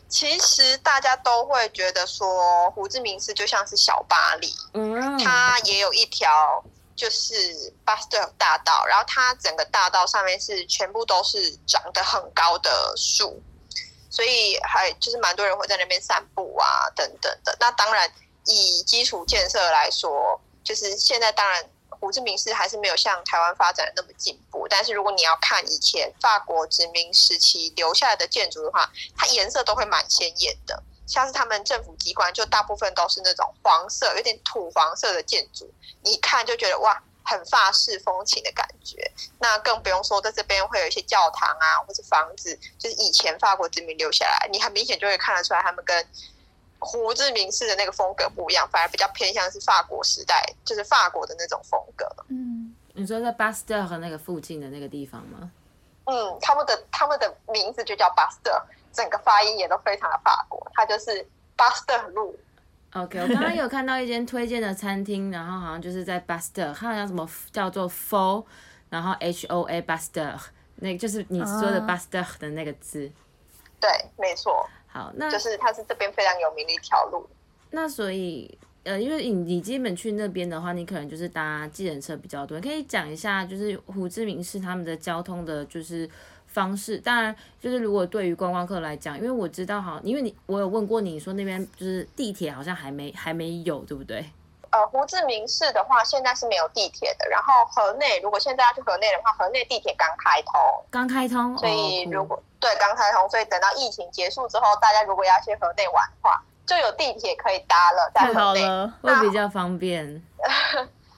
[SPEAKER 4] 其实大家都会觉得说胡志明市就像是小巴黎，
[SPEAKER 2] 嗯，
[SPEAKER 4] 它也有一条就是巴斯特大道，然后它整个大道上面是全部都是长得很高的树，所以还就是蛮多人会在那边散步啊等等的。那当然，以基础建设来说，就是现在当然。胡志明市还是没有像台湾发展的那么进步，但是如果你要看以前法国殖民时期留下来的建筑的话，它颜色都会蛮鲜艳的。像是他们政府机关，就大部分都是那种黄色，有点土黄色的建筑，你一看就觉得哇，很法式风情的感觉。那更不用说在这边会有一些教堂啊，或是房子，就是以前法国殖民留下来，你很明显就会看得出来，他们跟胡志明市的那个风格不一样，反而比较偏向是法国时代，就是法国的那种风格。
[SPEAKER 3] 嗯，
[SPEAKER 2] 你说在巴斯特和那个附近的那个地方吗？
[SPEAKER 4] 嗯，他们的他们的名字就叫巴斯特，整个发音也都非常的法国，它就是巴斯特路。
[SPEAKER 2] OK，我刚刚有看到一间推荐的餐厅，然后好像就是在 Buster，它好像什么叫做 Fo，然后 H O A Buster，那就是你说的
[SPEAKER 3] 啊
[SPEAKER 2] Buster 的那个字。
[SPEAKER 4] 对，没错。
[SPEAKER 2] 好，
[SPEAKER 3] 嗯
[SPEAKER 2] 那
[SPEAKER 4] 就是它是这边非常有名的一条路。
[SPEAKER 2] 那所以呃，因为你你基本去那边的话，你可能就是搭计程车比较多。你可以讲一下，就是胡志明市他们的交通的，就是方式。当然，就是如果对于观光客来讲，因为我知道好，因为你我有问过你说那边就是地铁好像还没还没有，对不对？
[SPEAKER 4] 呃，胡志明市的话，现在是没有地铁的。然后河内，如果现在要去河内的话，河内地铁刚开通，
[SPEAKER 3] 哦
[SPEAKER 2] 刚开通，
[SPEAKER 4] 所以
[SPEAKER 2] 哦酷
[SPEAKER 4] 如果、对刚开通，所以等到疫情结束之后，大家如果要去河内玩的话，就有地铁可以搭了，在
[SPEAKER 3] 太
[SPEAKER 4] 河
[SPEAKER 3] 好
[SPEAKER 4] 内。
[SPEAKER 3] 了，
[SPEAKER 2] 会比较方便。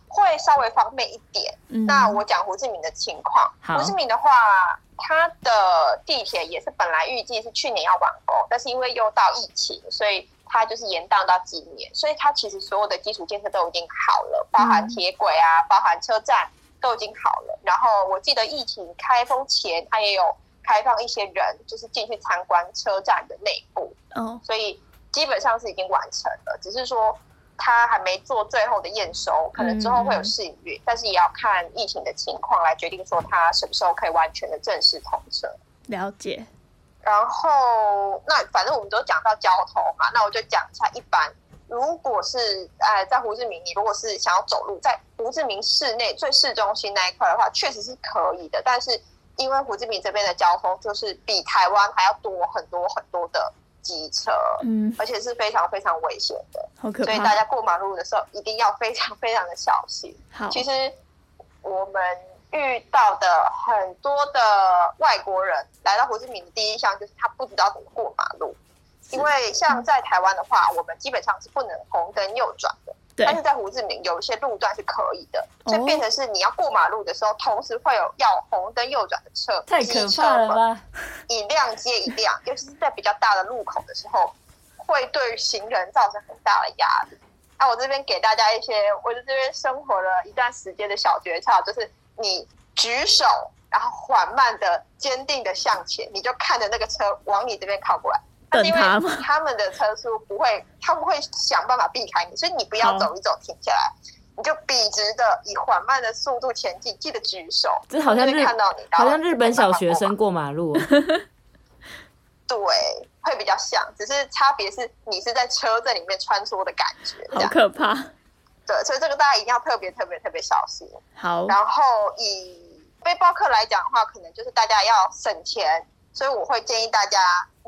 [SPEAKER 4] 会稍微方便一点。
[SPEAKER 3] 嗯
[SPEAKER 4] 那我讲胡志明的情况，
[SPEAKER 2] 好
[SPEAKER 4] 胡志明的话，它的地铁也是本来预计是去年要完工，但是因为又到疫情，所以它就是延宕到今年。所以它其实所有的基础建设都已经好了，包含铁轨啊，包含车站都已经好了。然后我记得疫情开封前，它也有开放一些人就是进去参观车站的内部。
[SPEAKER 3] 哦，
[SPEAKER 4] 所以基本上是已经完成了，只是说他还没做最后的验收，可能之后会有试营运，但是也要看疫情的情况来决定说他什么时候可以完全的正式通车。
[SPEAKER 3] 了解。
[SPEAKER 4] 然后那反正我们都讲到交通嘛，那我就讲一下一般。如果是呃在胡志明，你如果是想要走路，在胡志明市内最市中心那一块的话，确实是可以的。但是因为胡志明这边的交通就是比台湾还要多很多很多的机车，
[SPEAKER 3] 嗯，
[SPEAKER 4] 而且是非常非常危险的，
[SPEAKER 3] 好可
[SPEAKER 4] 所
[SPEAKER 2] 啊
[SPEAKER 3] 怕。
[SPEAKER 4] 以大家过马路的时候一定要非常非常的小心。
[SPEAKER 2] 哦
[SPEAKER 3] 好，
[SPEAKER 4] 其实我们遇到的很多的外国人来到胡志明的第一印象就是他不知道怎么过马路，因为像在台湾的话，我们基本上是不能红灯右转的，
[SPEAKER 3] 对
[SPEAKER 4] 但是在胡志明有一些路段是可以的，所
[SPEAKER 3] 哦
[SPEAKER 4] 以变成是你要过马路的时候，同时会有要红灯右转的车，
[SPEAKER 2] 太
[SPEAKER 4] 机
[SPEAKER 2] 可
[SPEAKER 4] 车啊
[SPEAKER 2] 怕了
[SPEAKER 4] 们
[SPEAKER 2] 吧！
[SPEAKER 4] 一辆接一辆，尤其是在比较大的路口的时候，会对行人造成很大的压力。那、我这边给大家一些我在这边生活了一段时间的小诀窍，就是你举手，然后缓慢的、坚定的向前，你就看着那个车往你这边靠过来。但是因为
[SPEAKER 3] 等他吗
[SPEAKER 4] 他们的车速不会，他们会想办法避开你，所以你不
[SPEAKER 3] 好
[SPEAKER 4] 要走一走停下来，你就笔直的以缓慢的速度前进，记得举手。
[SPEAKER 2] 这好像
[SPEAKER 4] 就会
[SPEAKER 2] 日
[SPEAKER 4] 看到你，然后
[SPEAKER 2] 好像日本小学
[SPEAKER 4] 慢慢过马路
[SPEAKER 2] 生过马 路哦，
[SPEAKER 4] 对，会比较像，只是差别是你是在车阵里面穿梭的感觉，这
[SPEAKER 3] 好
[SPEAKER 4] 样
[SPEAKER 3] 可怕。
[SPEAKER 4] 对，所以这个大家一定要特别特别特别小心。
[SPEAKER 3] 好，
[SPEAKER 4] 然后以背包客来讲的话，可能就是大家要省钱，所以我会建议大家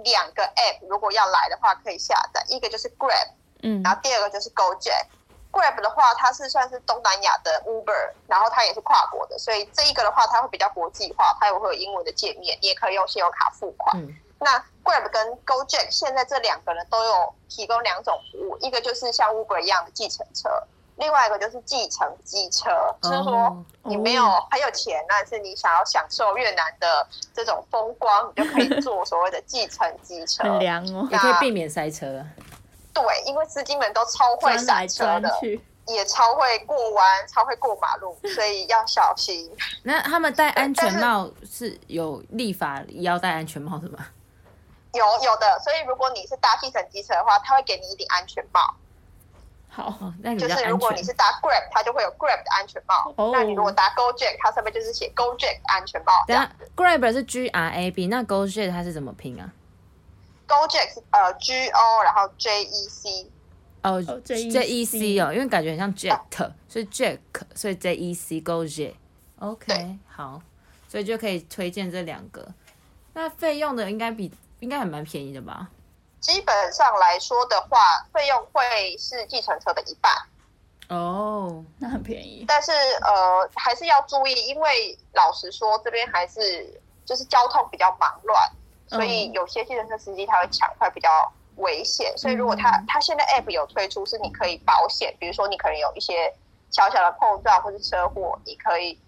[SPEAKER 4] 两个 app 如果要来的话可以下载，一个就是 Grab，
[SPEAKER 3] 嗯
[SPEAKER 4] 然后第二个就是 GoJack。Grab 的话，它是算是东南亚的 Uber，然后它也是跨国的，所以这一个的话，它会比较国际化，它也会有英文的界面，你也可以用信用卡付款。
[SPEAKER 2] 嗯
[SPEAKER 4] 那 Grab 跟 GoJack 现在这两个人都有提供两种服务，一个就是像 Uber 一样的计程车，另外一个就是计程机车，就是说
[SPEAKER 2] 哦
[SPEAKER 4] 你没有很有钱，但是你想要享受越南的这种风光，你就可以坐所谓的计程机车。
[SPEAKER 3] 很凉哦，
[SPEAKER 4] 啊
[SPEAKER 2] 也可以避免塞车。啊
[SPEAKER 4] 对，因为司机们都超会
[SPEAKER 3] 钻来
[SPEAKER 4] 闪车
[SPEAKER 3] 钻
[SPEAKER 4] 的，
[SPEAKER 3] 去。
[SPEAKER 4] 也超会过弯，超会过马路，所以要小心。
[SPEAKER 2] 那他们戴安
[SPEAKER 4] 但
[SPEAKER 2] 全
[SPEAKER 4] 是
[SPEAKER 2] 帽是有立法要戴安全帽的吗？
[SPEAKER 4] 有有的，所以如果你是搭计程机车的话，他会给你一顶安全帽。
[SPEAKER 3] 好，
[SPEAKER 2] 哦，那你比
[SPEAKER 4] 就
[SPEAKER 2] 较
[SPEAKER 4] 是如
[SPEAKER 2] 安
[SPEAKER 4] 果你
[SPEAKER 2] 全
[SPEAKER 4] 是。搭 Grab，它就会有 Grab 的安全帽。
[SPEAKER 3] 哦
[SPEAKER 4] 那你如果搭 GoJack，它上面就是写 GoJack 安全帽。这
[SPEAKER 2] 等一
[SPEAKER 4] 样
[SPEAKER 2] 下 Grab 是 G R A B，那 Go Share 它是怎么拼啊？
[SPEAKER 4] GoJack 是呃 G O，然后 J E C。
[SPEAKER 2] 哦
[SPEAKER 3] 哦
[SPEAKER 2] ，J E C
[SPEAKER 3] JEC
[SPEAKER 2] 哦，因为感觉很像 Jack，所以 Jack，所以 J E C Go Share。OK，
[SPEAKER 4] 对
[SPEAKER 2] 好，所以就可以推荐这两个。那费用的应该比应该还蛮便宜的吧？
[SPEAKER 4] 基本上来说的话，费用会是计程车的一半，
[SPEAKER 2] 哦，
[SPEAKER 3] 那很便宜。
[SPEAKER 4] 但是呃还是要注意，因为老实说，这边还是就是交通比较忙乱，所以有些计程车司机他会抢快比较。危险，所以如果他他现在 app 有推出是你可以保险，比如说你可能有一些小小的碰撞或是车祸，你可以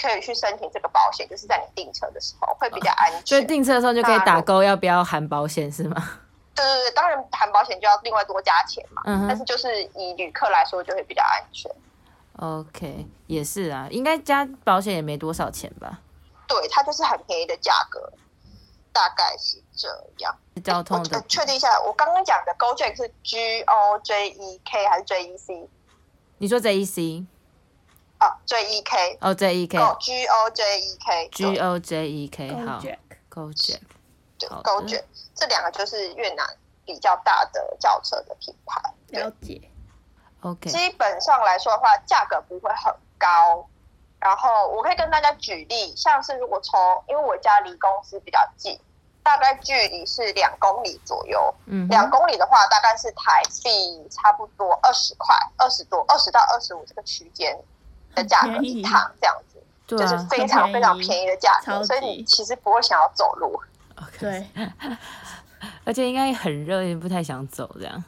[SPEAKER 4] 可以去申请这个保险，就是在你订车的时候会比较安
[SPEAKER 2] 所
[SPEAKER 4] 全。
[SPEAKER 2] 以订车的时候就可以
[SPEAKER 4] 那
[SPEAKER 2] 打
[SPEAKER 4] 如
[SPEAKER 2] 勾要不要含保险是 吗？
[SPEAKER 4] 对对对，当然谈保险就要另外多加钱嘛，
[SPEAKER 2] 嗯哼
[SPEAKER 4] 但是就是以旅客来说就会比较安全。
[SPEAKER 2] OK，也是啊，应该加保险也没多少钱吧？
[SPEAKER 4] 对，它就是很便宜的价格，大概是这样。
[SPEAKER 2] 交
[SPEAKER 4] 我
[SPEAKER 2] 通的
[SPEAKER 4] 呃确定一下，我刚刚讲的 GoJack 是 G O J E K 还是 J E C
[SPEAKER 2] 你说 J E C
[SPEAKER 4] 啊？J E K
[SPEAKER 2] 哦，J E K
[SPEAKER 4] Go G O J E K
[SPEAKER 2] G O J E
[SPEAKER 3] 哎
[SPEAKER 2] K 好
[SPEAKER 3] Jack，
[SPEAKER 2] ，Go Jack
[SPEAKER 4] 对
[SPEAKER 2] 好的
[SPEAKER 4] GoJack 这两个就是越南比较大的轿车的品牌。对
[SPEAKER 3] 了解。
[SPEAKER 2] OK，
[SPEAKER 4] 基本上来说的话，价格不会很高。然后我可以跟大家举例，像是如果从，因为我家离公司比较近，大概距离是两公里左右。
[SPEAKER 2] 嗯哼，
[SPEAKER 4] 两公里的话，大概是台币差不多二十块，二十多，二十到二十五这个区间的价格
[SPEAKER 3] 很便宜
[SPEAKER 4] 一趟，这样子，
[SPEAKER 2] 对
[SPEAKER 4] 就是
[SPEAKER 2] 啊
[SPEAKER 4] 非常
[SPEAKER 3] 很便宜
[SPEAKER 4] 非常便宜的价
[SPEAKER 3] 超
[SPEAKER 4] 格，
[SPEAKER 3] 级
[SPEAKER 4] 所以你其实不会想要走路。
[SPEAKER 2] ，OK，
[SPEAKER 3] 对，
[SPEAKER 2] 而且应该很热，也不太想走这样。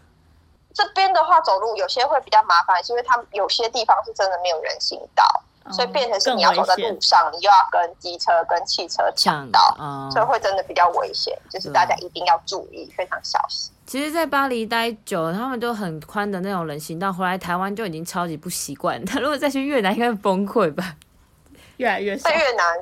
[SPEAKER 4] 这边的话，走路有些会比较麻烦，是因为他们有些地方是真的没有人行道，所以变成是你要走在路上，你又要跟机车、跟汽车
[SPEAKER 2] 抢
[SPEAKER 4] 抢道，
[SPEAKER 2] 啊
[SPEAKER 4] 所以会真的比较危险，就是
[SPEAKER 2] 对
[SPEAKER 4] 大家一定要注意，非常小心。
[SPEAKER 2] 其实，在巴黎待久了，他们都很宽的那种人行道，回来台湾就已经超级不习惯。 他如果再去越南，应该会崩溃吧？
[SPEAKER 3] 越来 越少
[SPEAKER 4] 在。越南，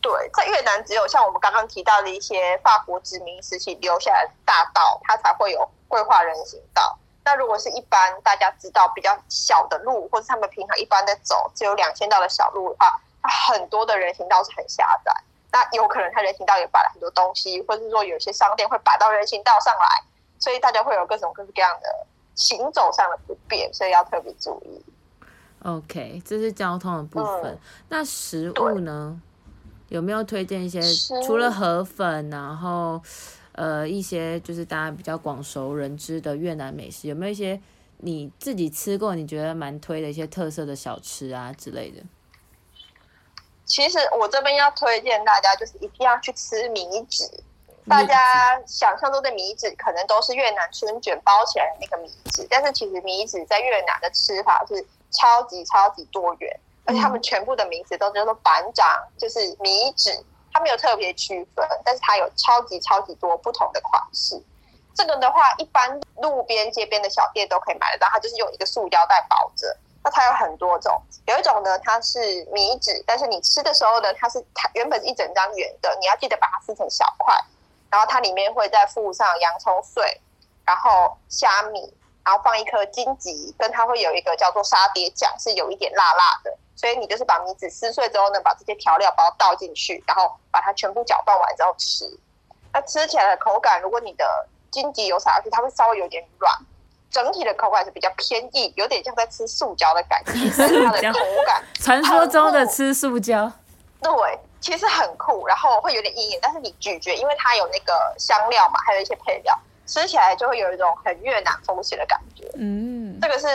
[SPEAKER 4] 对，在越南只有像我们刚刚提到的一些法国殖民时期留下来的大道，它才会有规划人行道。那如果是一般大家知道比较小的路，或是他们平常一般在走只有两千道的小路的话，它很多的人行道是很狭窄。那有可能它人行道也摆了很多东西，或者是说有些商店会摆到人行道上来，所以大家会有各种各式各样的行走上的不便，所以要特别注意。
[SPEAKER 2] OK，这是交通的部分。
[SPEAKER 4] 嗯
[SPEAKER 2] 那食物呢？有没有推荐一些
[SPEAKER 4] 食物
[SPEAKER 2] 除了河粉，然后呃一些就是大家比较广熟人知的越南美食？有没有一些你自己吃过你觉得蛮推的一些特色的小吃啊之类的？
[SPEAKER 4] 其实我这边要推荐大家，就是一定要去吃米纸。大家想象中的米纸可能都是越南春卷包起来的那个米纸，但是其实米纸在越南的吃法是超级超级多元，而且他们全部的名字都叫做板长，就是米纸，它没有特别区分，但是它有超级超级多不同的款式。这个的话，一般路边街边的小店都可以买得到，它就是用一个塑胶袋包着。那它有很多种，有一种呢，它是米纸，但是你吃的时候呢，它是它原本是一整张圆的，你要记得把它撕成小块，然后它里面会再附上洋葱碎，然后虾米，然后放一颗荆棘，跟它会有一个叫做沙爹酱，是有一点辣辣的。所以你就是把米纸撕碎之后呢，把这些调料包倒进去，然后把它全部搅拌完之后吃。那吃起来的口感，如果你的荆棘有撒下去，它会稍微有点软，整体的口感是比较偏硬，有点像在吃塑胶的感觉，但是它的口感
[SPEAKER 2] 传说中的吃塑胶，
[SPEAKER 4] 对，其实很酷，然后会有点硬硬，但是你咀嚼，因为它有那个香料嘛，还有一些配料，吃起来就会有一种很越南风情的感觉。
[SPEAKER 3] 嗯，
[SPEAKER 4] 这个是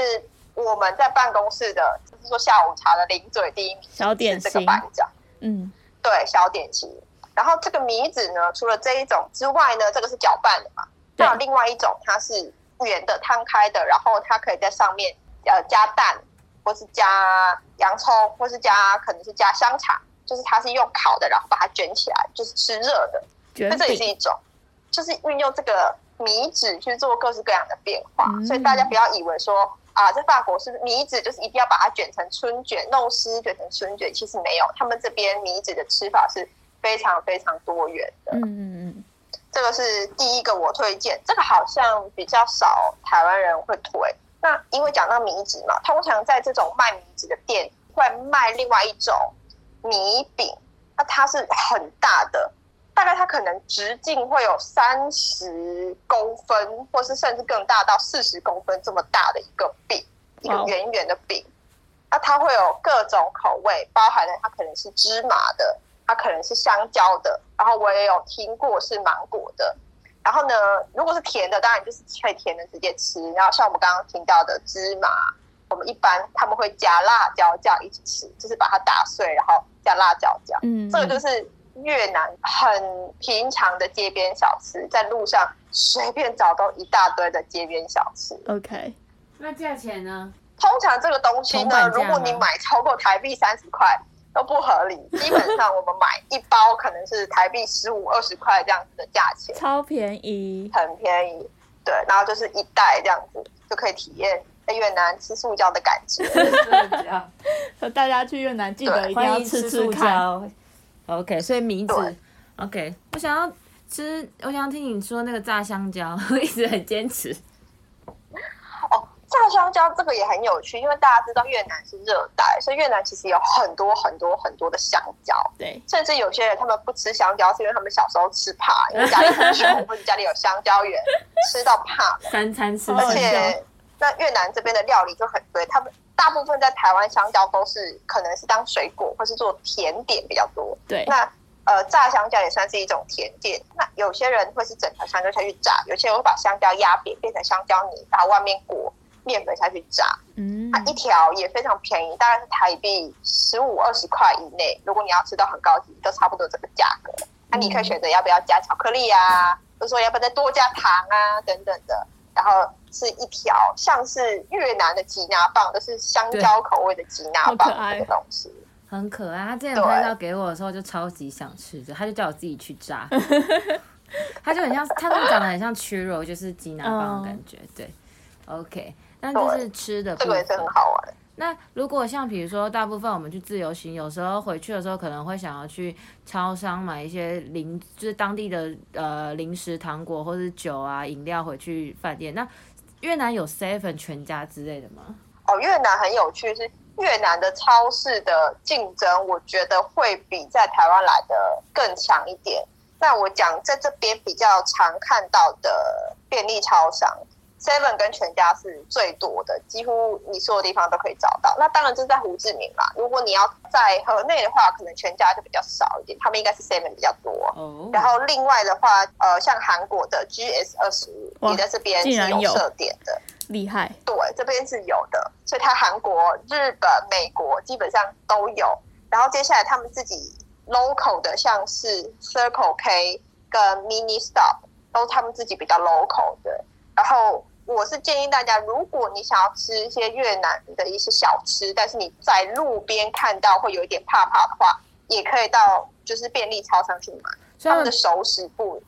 [SPEAKER 4] 我们在办公室的，就是说下午茶的零嘴第一名，
[SPEAKER 3] 小点
[SPEAKER 4] 是这个
[SPEAKER 3] 心，
[SPEAKER 4] 班长。
[SPEAKER 3] 嗯，
[SPEAKER 4] 对，小点心。然后这个米纸呢，除了这一种之外呢，这个是搅拌的嘛，
[SPEAKER 3] 对
[SPEAKER 4] 那有另外一种它是圆的摊开的，然后它可以在上面呃加蛋，或是加洋葱，或是加可能是加香肠，就是它是用烤的，然后把它卷起来，就是吃热的。
[SPEAKER 3] 卷
[SPEAKER 4] 那这也是
[SPEAKER 3] 饼，
[SPEAKER 4] 一种，就是运用这个米纸去做各式各样的变化，
[SPEAKER 3] 嗯
[SPEAKER 4] 所以大家不要以为说啊，在法国是米纸就是一定要把它卷成春卷，弄湿卷成春卷，其实没有，他们这边米纸的吃法是非常非常多元的。
[SPEAKER 3] 嗯嗯嗯，
[SPEAKER 4] 这个是第一个我推荐，这个好像比较少台湾人会推。那因为讲到米纸嘛，通常在这种卖米纸的店会卖另外一种米饼，那它是很大的，大概它可能直径会有三十公分，或是甚至更大到四十公分这么大的一个饼，一
[SPEAKER 3] 哇
[SPEAKER 4] 个
[SPEAKER 3] 哦
[SPEAKER 4] 圆圆的饼。那它会有各种口味，包含了它可能是芝麻的，它可能是香蕉的，然后我也有听过是芒果的。然后呢，如果是甜的，当然就是可以甜的直接吃。然后像我们刚刚听到的芝麻，我们一般他们会加辣椒酱一起吃，就是把它打碎，然后加辣椒酱。
[SPEAKER 3] 嗯，
[SPEAKER 4] 这个就是越南很平常的街边小吃，在路上随便找都一大堆的街边小吃。
[SPEAKER 3] 嗯 OK，
[SPEAKER 2] 那价钱呢？
[SPEAKER 4] 通常这个东西
[SPEAKER 2] 铜
[SPEAKER 4] 呢，
[SPEAKER 2] 板价
[SPEAKER 4] 如果你
[SPEAKER 2] 吗
[SPEAKER 4] 买超过台币三十块都不合 理，基本上我们买一包可能是台币十五二十块这样子的价钱，
[SPEAKER 3] 超便宜，
[SPEAKER 4] 很便宜。对，然后就是一袋这样子就可以体验在越南吃塑胶的感 觉。
[SPEAKER 3] 大家去越南记得一定
[SPEAKER 2] 欢
[SPEAKER 3] 要
[SPEAKER 2] 迎吃
[SPEAKER 3] 吃
[SPEAKER 2] 塑
[SPEAKER 3] 看，
[SPEAKER 2] 胶。OK，所以名字
[SPEAKER 4] 对
[SPEAKER 2] OK，我想要吃，我想要听你说那个炸香蕉， 我一直很坚持。
[SPEAKER 4] 哦，炸香蕉这个也很有趣，因为大家知道越南是热带，所以越南其实有很多很多很多的香蕉。
[SPEAKER 3] 对，
[SPEAKER 4] 甚至有些人他们不吃香蕉，是因为他们小时候吃怕，因为家里很穷或者家里有香蕉园，吃到怕。
[SPEAKER 2] 三餐吃
[SPEAKER 3] 好
[SPEAKER 4] 而
[SPEAKER 3] 好笑
[SPEAKER 4] 且那越南这边的料理就很对，他们大部分在台湾香蕉都是可能是当水果或是做甜点比较多。
[SPEAKER 3] 对，
[SPEAKER 4] 那呃，炸香蕉也算是一种甜点。那有些人会是整条香蕉下去炸，有些人会把香蕉压扁变成香蕉泥，把外面裹面粉下去炸。
[SPEAKER 3] 嗯
[SPEAKER 4] 它，一条也非常便宜，大概是台币十五二十块以内。如果你要吃到很高级，都差不多这个价格。那你可
[SPEAKER 3] 嗯
[SPEAKER 4] 以选择要不要加巧克力啊，或者说要不要再多加糖啊等等的。然后是一条像是越南的吉拿棒，就是香蕉口味的吉拿棒
[SPEAKER 3] 对好可爱
[SPEAKER 4] 这个东西。
[SPEAKER 2] 很可爱。他之前拍照给我的时候，就超级想吃的，他就叫我自己去炸。 他就很像，他就长得很像曲肉，就是吉拿棒的感
[SPEAKER 4] 哦
[SPEAKER 2] 觉。对，OK，但就是吃的部
[SPEAKER 4] 这个也是
[SPEAKER 2] 分
[SPEAKER 4] 很。好玩。
[SPEAKER 2] 那如果像比如说，大部分我们去自由行，有时候回去的时候可能会想要去超商买一些零，就是当地的呃零食、糖果或是酒啊、饮料回去饭店。那越南有 Seven 全家之类的吗？
[SPEAKER 4] 哦，越南很有趣，是越南的超市的竞争，我觉得会比在台湾来的更强一点。那我讲在这边比较常看到的便利超商，Seven 跟全家是最多的，几乎你所有地方都可以找到。那当然这是在胡志明啦，如果你要在河内的话，可能全家就比较少一点，他们应该是 Seven 比较多。
[SPEAKER 2] 哦、
[SPEAKER 3] 嗯
[SPEAKER 4] 然后另外的话，呃，像韩国的 GS 二十五，
[SPEAKER 3] 哇
[SPEAKER 4] 也在这边是
[SPEAKER 3] 竟然
[SPEAKER 4] 有
[SPEAKER 3] 有
[SPEAKER 4] 设点的。
[SPEAKER 3] 厉害，
[SPEAKER 4] 对，这边是有的，所以它韩国、日本、美国基本上都有。然后接下来他们自己 local 的，像是 Circle K 跟 Mini Stop，都是他们自己比较 local 的。然后我是建议大家，如果你想要吃一些越南的一些小吃，但是你在路边看到会有一点怕怕的话，也可以到就是便利超商去买，
[SPEAKER 2] 所以
[SPEAKER 4] 他
[SPEAKER 2] 他
[SPEAKER 4] 们
[SPEAKER 2] 们
[SPEAKER 4] 的熟食部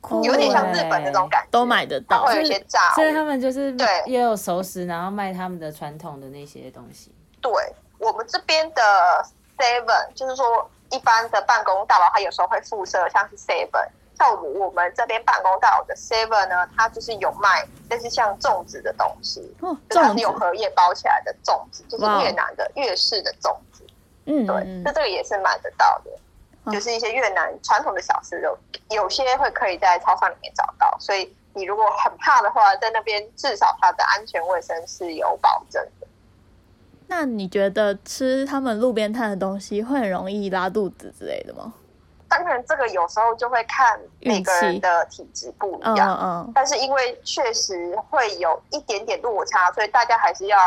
[SPEAKER 3] 酷
[SPEAKER 4] 有点像
[SPEAKER 3] 欸
[SPEAKER 4] 日本那种感觉，
[SPEAKER 3] 都买得
[SPEAKER 4] 它
[SPEAKER 3] 到
[SPEAKER 4] 会，有一些炸物，
[SPEAKER 2] 所以他们就是
[SPEAKER 4] 对
[SPEAKER 2] 也有熟食，然后卖他们的传统的那些东西。
[SPEAKER 4] 对我们这边的 Seven，就是说一般的办公大楼，它有时候会附设像是 Seven。像我们我们这边办公大楼的 Seven 呢，它就是有卖，但是像粽子的东西，
[SPEAKER 3] 哦，
[SPEAKER 4] 就是它
[SPEAKER 3] 粽
[SPEAKER 4] 是用
[SPEAKER 3] 子，
[SPEAKER 4] 荷叶包起来的粽子，就是
[SPEAKER 3] 哇哦
[SPEAKER 4] 越南的越式的粽子。
[SPEAKER 3] 嗯
[SPEAKER 4] 对，
[SPEAKER 3] 嗯
[SPEAKER 4] 那、这个也是买得到的，
[SPEAKER 3] 嗯
[SPEAKER 4] 就是一些越南传统的小吃肉，有些会可以在超商里面找到。所以你如果很怕的话，在那边至少它的安全卫生是有保证的。
[SPEAKER 3] 那你觉得吃他们路边摊的东西会很容易拉肚子之类的吗？
[SPEAKER 4] 当然，这个有时候就会看每个人的体质不一
[SPEAKER 3] 嗯
[SPEAKER 4] 样，
[SPEAKER 3] 嗯，
[SPEAKER 4] 但是因为确实会有一点点落差，所以大家还是要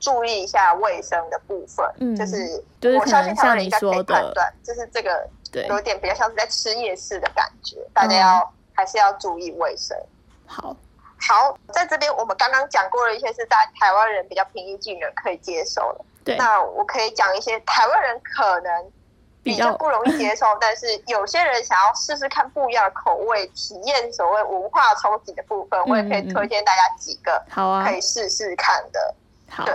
[SPEAKER 4] 注意一下卫生的部分。
[SPEAKER 3] 嗯
[SPEAKER 4] 就是
[SPEAKER 3] 就是
[SPEAKER 4] 我
[SPEAKER 3] 可
[SPEAKER 4] 相信
[SPEAKER 3] 能
[SPEAKER 4] 台湾
[SPEAKER 3] 像
[SPEAKER 4] 人应
[SPEAKER 3] 你
[SPEAKER 4] 该可以
[SPEAKER 3] 说
[SPEAKER 4] 判
[SPEAKER 3] 的，
[SPEAKER 4] 断，就是这个
[SPEAKER 3] 对，
[SPEAKER 4] 有点比较像是在吃夜市的感觉，大家要、还是要注意卫生。
[SPEAKER 3] 好，
[SPEAKER 4] 好，在这边我们刚刚讲过了一些是在台湾人比较平易近人可以接受的，
[SPEAKER 3] 对，
[SPEAKER 4] 那我可以讲一些台湾人可能比
[SPEAKER 3] 比
[SPEAKER 4] 较
[SPEAKER 3] 较
[SPEAKER 4] 不容易接 受，但是有些人想要试试看不一样的口味，体验所谓文化冲击的部分，我也可以推荐大家几个
[SPEAKER 3] 好啊
[SPEAKER 4] 可，以试试看的。
[SPEAKER 3] 好，
[SPEAKER 4] 对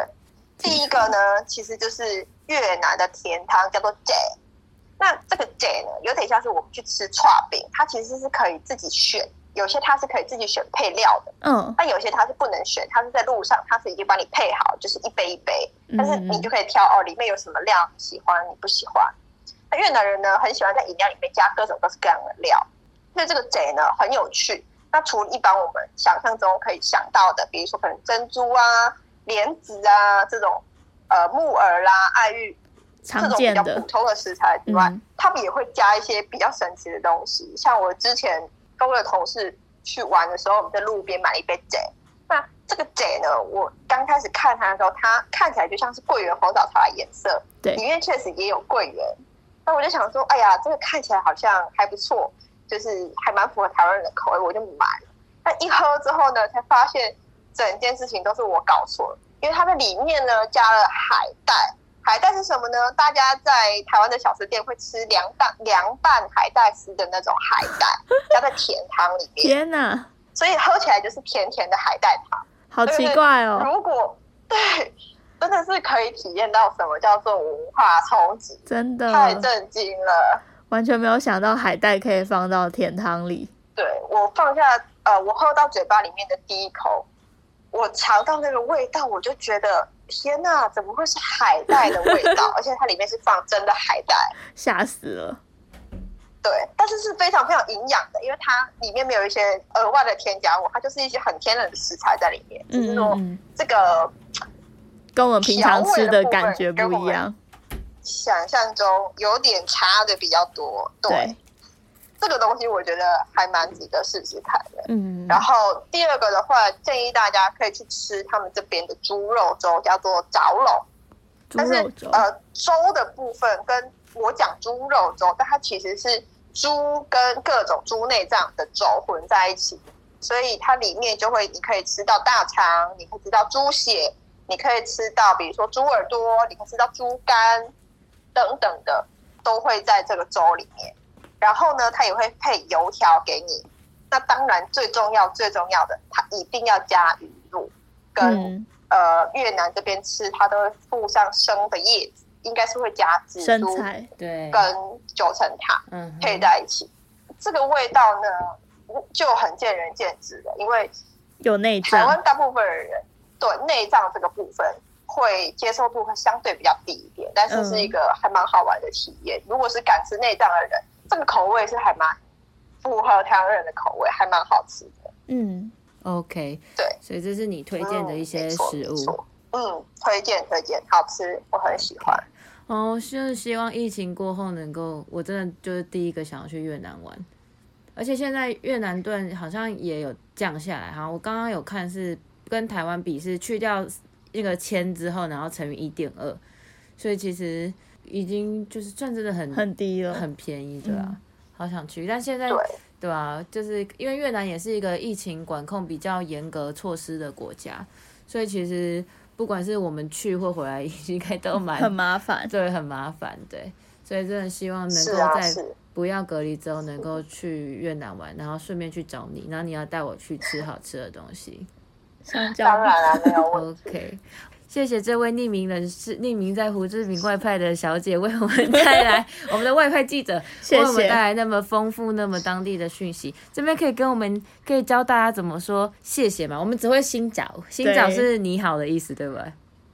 [SPEAKER 3] 请
[SPEAKER 4] 第一
[SPEAKER 3] 说
[SPEAKER 4] 嗯个呢，其实就是越南的甜汤，叫做 J。那这个 J 呢，有点像是我们去吃串饼，它其实是可以自己选，有些它是可以自己选配料的，
[SPEAKER 3] 嗯，
[SPEAKER 4] 但有些它是不能选，它是在路上，它是已经帮你配好，就是一杯一杯。但是
[SPEAKER 3] 嗯
[SPEAKER 4] 你就可以挑哦，里面有什么料你喜欢，你不喜欢。那越南人呢，很喜欢在饮料里面加各种各式各样的料，所以这个贼呢很有趣。那除了一般我们想象中可以想到的，比如说可能珍珠啊、莲子啊这种，呃木耳啦、爱玉这
[SPEAKER 3] 常
[SPEAKER 4] 种比
[SPEAKER 3] 见
[SPEAKER 4] 较
[SPEAKER 3] 的
[SPEAKER 4] 普通的食材之外，
[SPEAKER 3] 嗯
[SPEAKER 4] 他们也会加一些比较神奇的东西。像我之前跟我的同事去玩的时候，我们在路边买了一杯 J。那这个 J 呢，我刚开始看它的时候，它看起来就像是桂圆红枣茶的颜色，
[SPEAKER 3] 对
[SPEAKER 4] 里面确实也有桂圆。那我就想说，哎呀，这个看起来好像还不错，就是还蛮符合台湾人的口味，我就买了。但一喝之后呢，才发现整件事情都是我搞错了，因为它的里面呢加了海带。海带是什么呢？大家在台湾的小吃店会吃凉拌凉拌海带丝的那种海带，加在甜汤里面，
[SPEAKER 3] 天哪，
[SPEAKER 4] 所以喝起来就是甜甜的海带汤。
[SPEAKER 3] 好奇怪哦，
[SPEAKER 4] 如果对，真的是可以体验到什么叫做文化冲击，
[SPEAKER 3] 真
[SPEAKER 4] 太
[SPEAKER 3] 的，
[SPEAKER 4] 震惊了。
[SPEAKER 3] 完全没有想到海带可以放到甜汤里，
[SPEAKER 4] 对我放下呃，我喝到嘴巴里面的第一口，我尝到那个味道，我就觉得天哪，怎么会是海带的味 道？而且它里面是放真的海带。
[SPEAKER 3] 吓死了，
[SPEAKER 4] 对，但是是非常非常营养的，因为它里面没有一些额外的添加物，它就是一些很天然的食材在里面。只是
[SPEAKER 3] 嗯
[SPEAKER 4] 说
[SPEAKER 3] 嗯嗯，
[SPEAKER 4] 这个
[SPEAKER 3] 跟我们平常吃的感觉
[SPEAKER 4] 调味的
[SPEAKER 3] 不
[SPEAKER 4] 部
[SPEAKER 3] 一
[SPEAKER 4] 分
[SPEAKER 3] 样，
[SPEAKER 4] 想象中有点差的比较多。对，
[SPEAKER 3] 对，
[SPEAKER 4] 这个东西我觉得还蛮值得试试看的。
[SPEAKER 3] 嗯，
[SPEAKER 4] 然后第二个的话，建议大家可以去吃他们这边的猪肉粥，叫做早笼。
[SPEAKER 3] 猪
[SPEAKER 4] 但是
[SPEAKER 3] 肉粥，
[SPEAKER 4] 呃，粥的部分跟我讲猪肉粥，但它其实是猪跟各种猪内脏的粥混在一起，所以它里面就会你可以吃到大肠，你可以吃到猪血，你可以吃到比如说猪耳朵，你可以吃到猪肝等等的，都会在这个粥里面。然后呢，它也会配油条给你。那当然最重要最重要的，它一定要加鱼露跟、
[SPEAKER 3] 嗯，
[SPEAKER 4] 呃越南这边吃，它都会附上生的叶子，应该是会加紫
[SPEAKER 3] 嗯身
[SPEAKER 4] 苏
[SPEAKER 3] 材
[SPEAKER 2] 对，
[SPEAKER 4] 跟九层塔
[SPEAKER 2] 嗯哼，
[SPEAKER 4] 配在一起。这个味道呢，就很见仁见智了，因为
[SPEAKER 3] 有内
[SPEAKER 4] 台
[SPEAKER 3] 脏，
[SPEAKER 4] 湾大部分的人对内脏这个部分会接受度会相对比较低一点，但是是一个还蛮好玩的体验。如果是敢吃内脏的人，这个口味是还蛮符合台湾人的口味，还蛮好吃的。
[SPEAKER 3] 嗯，
[SPEAKER 2] OK，
[SPEAKER 4] 对，
[SPEAKER 2] 所以这是你推荐的一些
[SPEAKER 4] 嗯没错
[SPEAKER 2] 食
[SPEAKER 4] 没
[SPEAKER 2] 物。
[SPEAKER 4] 错嗯，推荐推荐，好吃，我很喜欢。
[SPEAKER 2] 哦，就是希望疫情过后能够，我真的就是第一个想要去越南玩，而且现在越南盾好像也有降下来哈。我刚刚有看是跟台湾比是去掉那个千之后，然后乘以一点二，所以其实已经就是算真的很
[SPEAKER 3] 很低了，
[SPEAKER 2] 很便宜的啊
[SPEAKER 3] 嗯，
[SPEAKER 2] 好想去。但现在
[SPEAKER 4] 对
[SPEAKER 2] 对啊，就是因为越南也是一个疫情管控比较严格措施的国家，所以其实不管是我们去或回来， 应该都蛮
[SPEAKER 3] 很麻烦。
[SPEAKER 2] 对，很麻烦，对，所以真的希望能
[SPEAKER 4] 是
[SPEAKER 2] 够
[SPEAKER 4] 啊，
[SPEAKER 2] 在
[SPEAKER 4] 是，
[SPEAKER 2] 不要隔离之后，能够去越南玩，然后顺便去找你，然后你要带我去吃好吃的东西。
[SPEAKER 3] 香蕉
[SPEAKER 4] 当然啊啦，没有问题。
[SPEAKER 2] OK，谢谢这位匿名人士、匿名在胡志明外派的小姐为我们带来 我们的外派记者，
[SPEAKER 3] 谢
[SPEAKER 2] 为我们
[SPEAKER 3] 谢
[SPEAKER 2] 带来那么丰富、那么当地的讯息。这边可以跟我们可以教大家怎么说谢谢嘛？我们只会新找，新找
[SPEAKER 3] 对
[SPEAKER 2] 是你好的意思，对不对？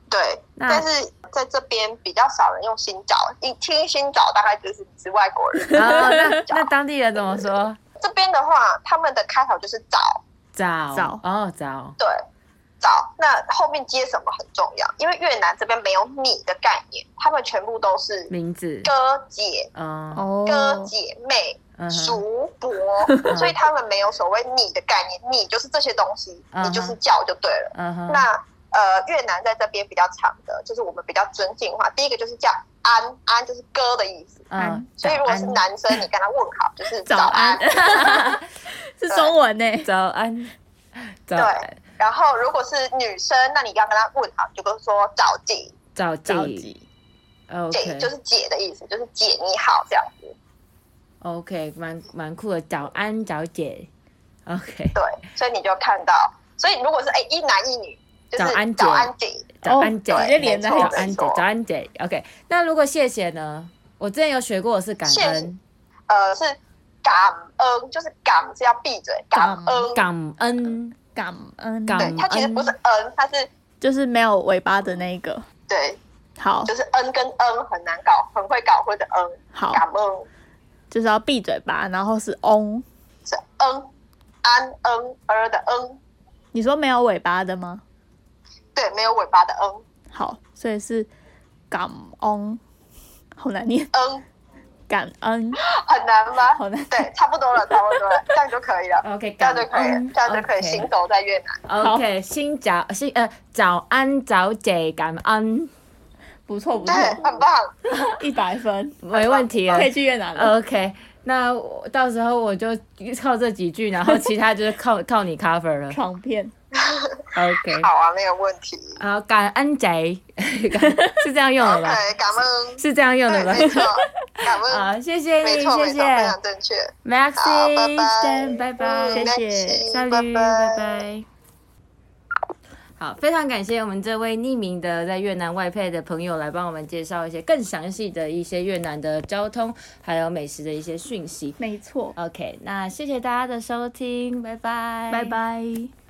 [SPEAKER 4] 对，
[SPEAKER 2] 那
[SPEAKER 4] 但是在这边比较少人用新找，一听新找大概就是你是外国人。
[SPEAKER 2] 然后哦那 那当地人怎么说？
[SPEAKER 4] 这边的话，他们的开头就是找，
[SPEAKER 2] 早
[SPEAKER 3] 早
[SPEAKER 2] 哦早。
[SPEAKER 4] 对，找。那后面接什么很重要，因为越南这边没有你的概念，他们全部都是
[SPEAKER 2] 名字，
[SPEAKER 4] 哥姐、
[SPEAKER 2] 嗯，
[SPEAKER 4] 哥
[SPEAKER 3] 哦，
[SPEAKER 4] 姐妹、
[SPEAKER 2] 嗯哼，嗯
[SPEAKER 4] 叔伯，所以他们没有所谓你的概念，你就是这些东西，
[SPEAKER 2] 嗯哼
[SPEAKER 4] 你就是叫就对了。
[SPEAKER 2] 嗯哼，
[SPEAKER 4] 那呃，越南在这边比较长的，就是我们比较尊敬的话，第一个就是叫安，安就是哥的意思。
[SPEAKER 2] 嗯，
[SPEAKER 4] 所以如果是
[SPEAKER 2] 早安
[SPEAKER 4] 男生，你跟他问好就是
[SPEAKER 3] 早
[SPEAKER 4] 早安
[SPEAKER 3] 安。 是中文呢，
[SPEAKER 2] 早安，早安
[SPEAKER 4] 然后如果是女生，那你要跟他问好，你就跟她说早姐，
[SPEAKER 2] 早
[SPEAKER 3] 着
[SPEAKER 2] 起
[SPEAKER 3] 急，
[SPEAKER 4] 姐
[SPEAKER 2] ，OK，
[SPEAKER 4] 就是姐的意思，就是姐你好这样子。
[SPEAKER 2] OK，蛮蛮酷的，早安早姐，OK，
[SPEAKER 4] 对，所以你就看到，所以如果是哎一男一女，就是
[SPEAKER 2] 早安姐
[SPEAKER 4] 早安姐，
[SPEAKER 2] 早安姐，
[SPEAKER 4] 哦
[SPEAKER 3] 直接连在
[SPEAKER 4] 没
[SPEAKER 2] 早
[SPEAKER 4] 错
[SPEAKER 3] 一
[SPEAKER 2] 安
[SPEAKER 3] 起，
[SPEAKER 2] 姐，早安姐，OK。那如果谢谢呢？我之前有学过是感
[SPEAKER 4] 谢
[SPEAKER 2] 恩，
[SPEAKER 4] 呃是感恩，就是感是要闭嘴，感恩，
[SPEAKER 2] 感恩，
[SPEAKER 3] 感恩，
[SPEAKER 2] 感
[SPEAKER 4] 对，它其实不是恩，它是
[SPEAKER 3] 就是没有尾巴的那一个。
[SPEAKER 4] 对，
[SPEAKER 3] 好
[SPEAKER 4] 就是恩跟恩很难搞，很会搞混的恩，
[SPEAKER 3] 好，
[SPEAKER 4] 感恩
[SPEAKER 3] 就是要闭嘴巴，然后是嗡。
[SPEAKER 4] 是恩，安恩儿的恩，
[SPEAKER 3] 你说没有尾巴的吗？
[SPEAKER 4] 对，没有尾巴的恩，
[SPEAKER 3] 好，所以是感恩，好难念，
[SPEAKER 4] 恩
[SPEAKER 3] 感恩，
[SPEAKER 4] 很难吗？
[SPEAKER 3] 好难。
[SPEAKER 4] 对，差不多了，差不多了，这样就可以了，
[SPEAKER 2] OK，
[SPEAKER 4] 这
[SPEAKER 2] 感
[SPEAKER 4] 样就可以了
[SPEAKER 2] 恩，，哦
[SPEAKER 4] 这样就可以
[SPEAKER 2] OK
[SPEAKER 4] 行走在越南。
[SPEAKER 2] OK，新早新呃早安早姐，感恩，
[SPEAKER 3] 不错不
[SPEAKER 4] 对
[SPEAKER 2] 嗯
[SPEAKER 3] 错，，
[SPEAKER 4] 很棒，
[SPEAKER 3] 一百分，
[SPEAKER 2] 没问题啊
[SPEAKER 3] 可。以去越南了。
[SPEAKER 2] OK，那我到时候我就靠这几句，然后其他就是靠 靠你 cover 了。
[SPEAKER 3] 床片
[SPEAKER 2] OK，
[SPEAKER 4] 好啊，没有问题。
[SPEAKER 2] 好，感恩贼， 是这样用的吧？
[SPEAKER 4] OK，感恩，
[SPEAKER 2] 是这样用
[SPEAKER 4] 对，
[SPEAKER 2] 的吧？
[SPEAKER 4] 没错，感 恩，
[SPEAKER 2] 好，谢谢
[SPEAKER 4] 没
[SPEAKER 2] 你，
[SPEAKER 4] 错，没
[SPEAKER 2] 谢
[SPEAKER 4] 错，
[SPEAKER 2] 谢
[SPEAKER 4] 非常正确。好拜拜
[SPEAKER 2] Maxi，Stan，拜拜，
[SPEAKER 4] 嗯
[SPEAKER 3] 谢谢
[SPEAKER 4] Maxi，
[SPEAKER 2] 下
[SPEAKER 4] 拜
[SPEAKER 2] 拜
[SPEAKER 4] 拜
[SPEAKER 2] 拜。好，非常感谢我们这位匿名的在越南外配的朋友来帮我们介绍一些更详细的一些越南的交通还有美食的一些讯息。
[SPEAKER 3] 没错，
[SPEAKER 2] OK，那谢谢大家的收听，拜拜，
[SPEAKER 3] 拜。拜。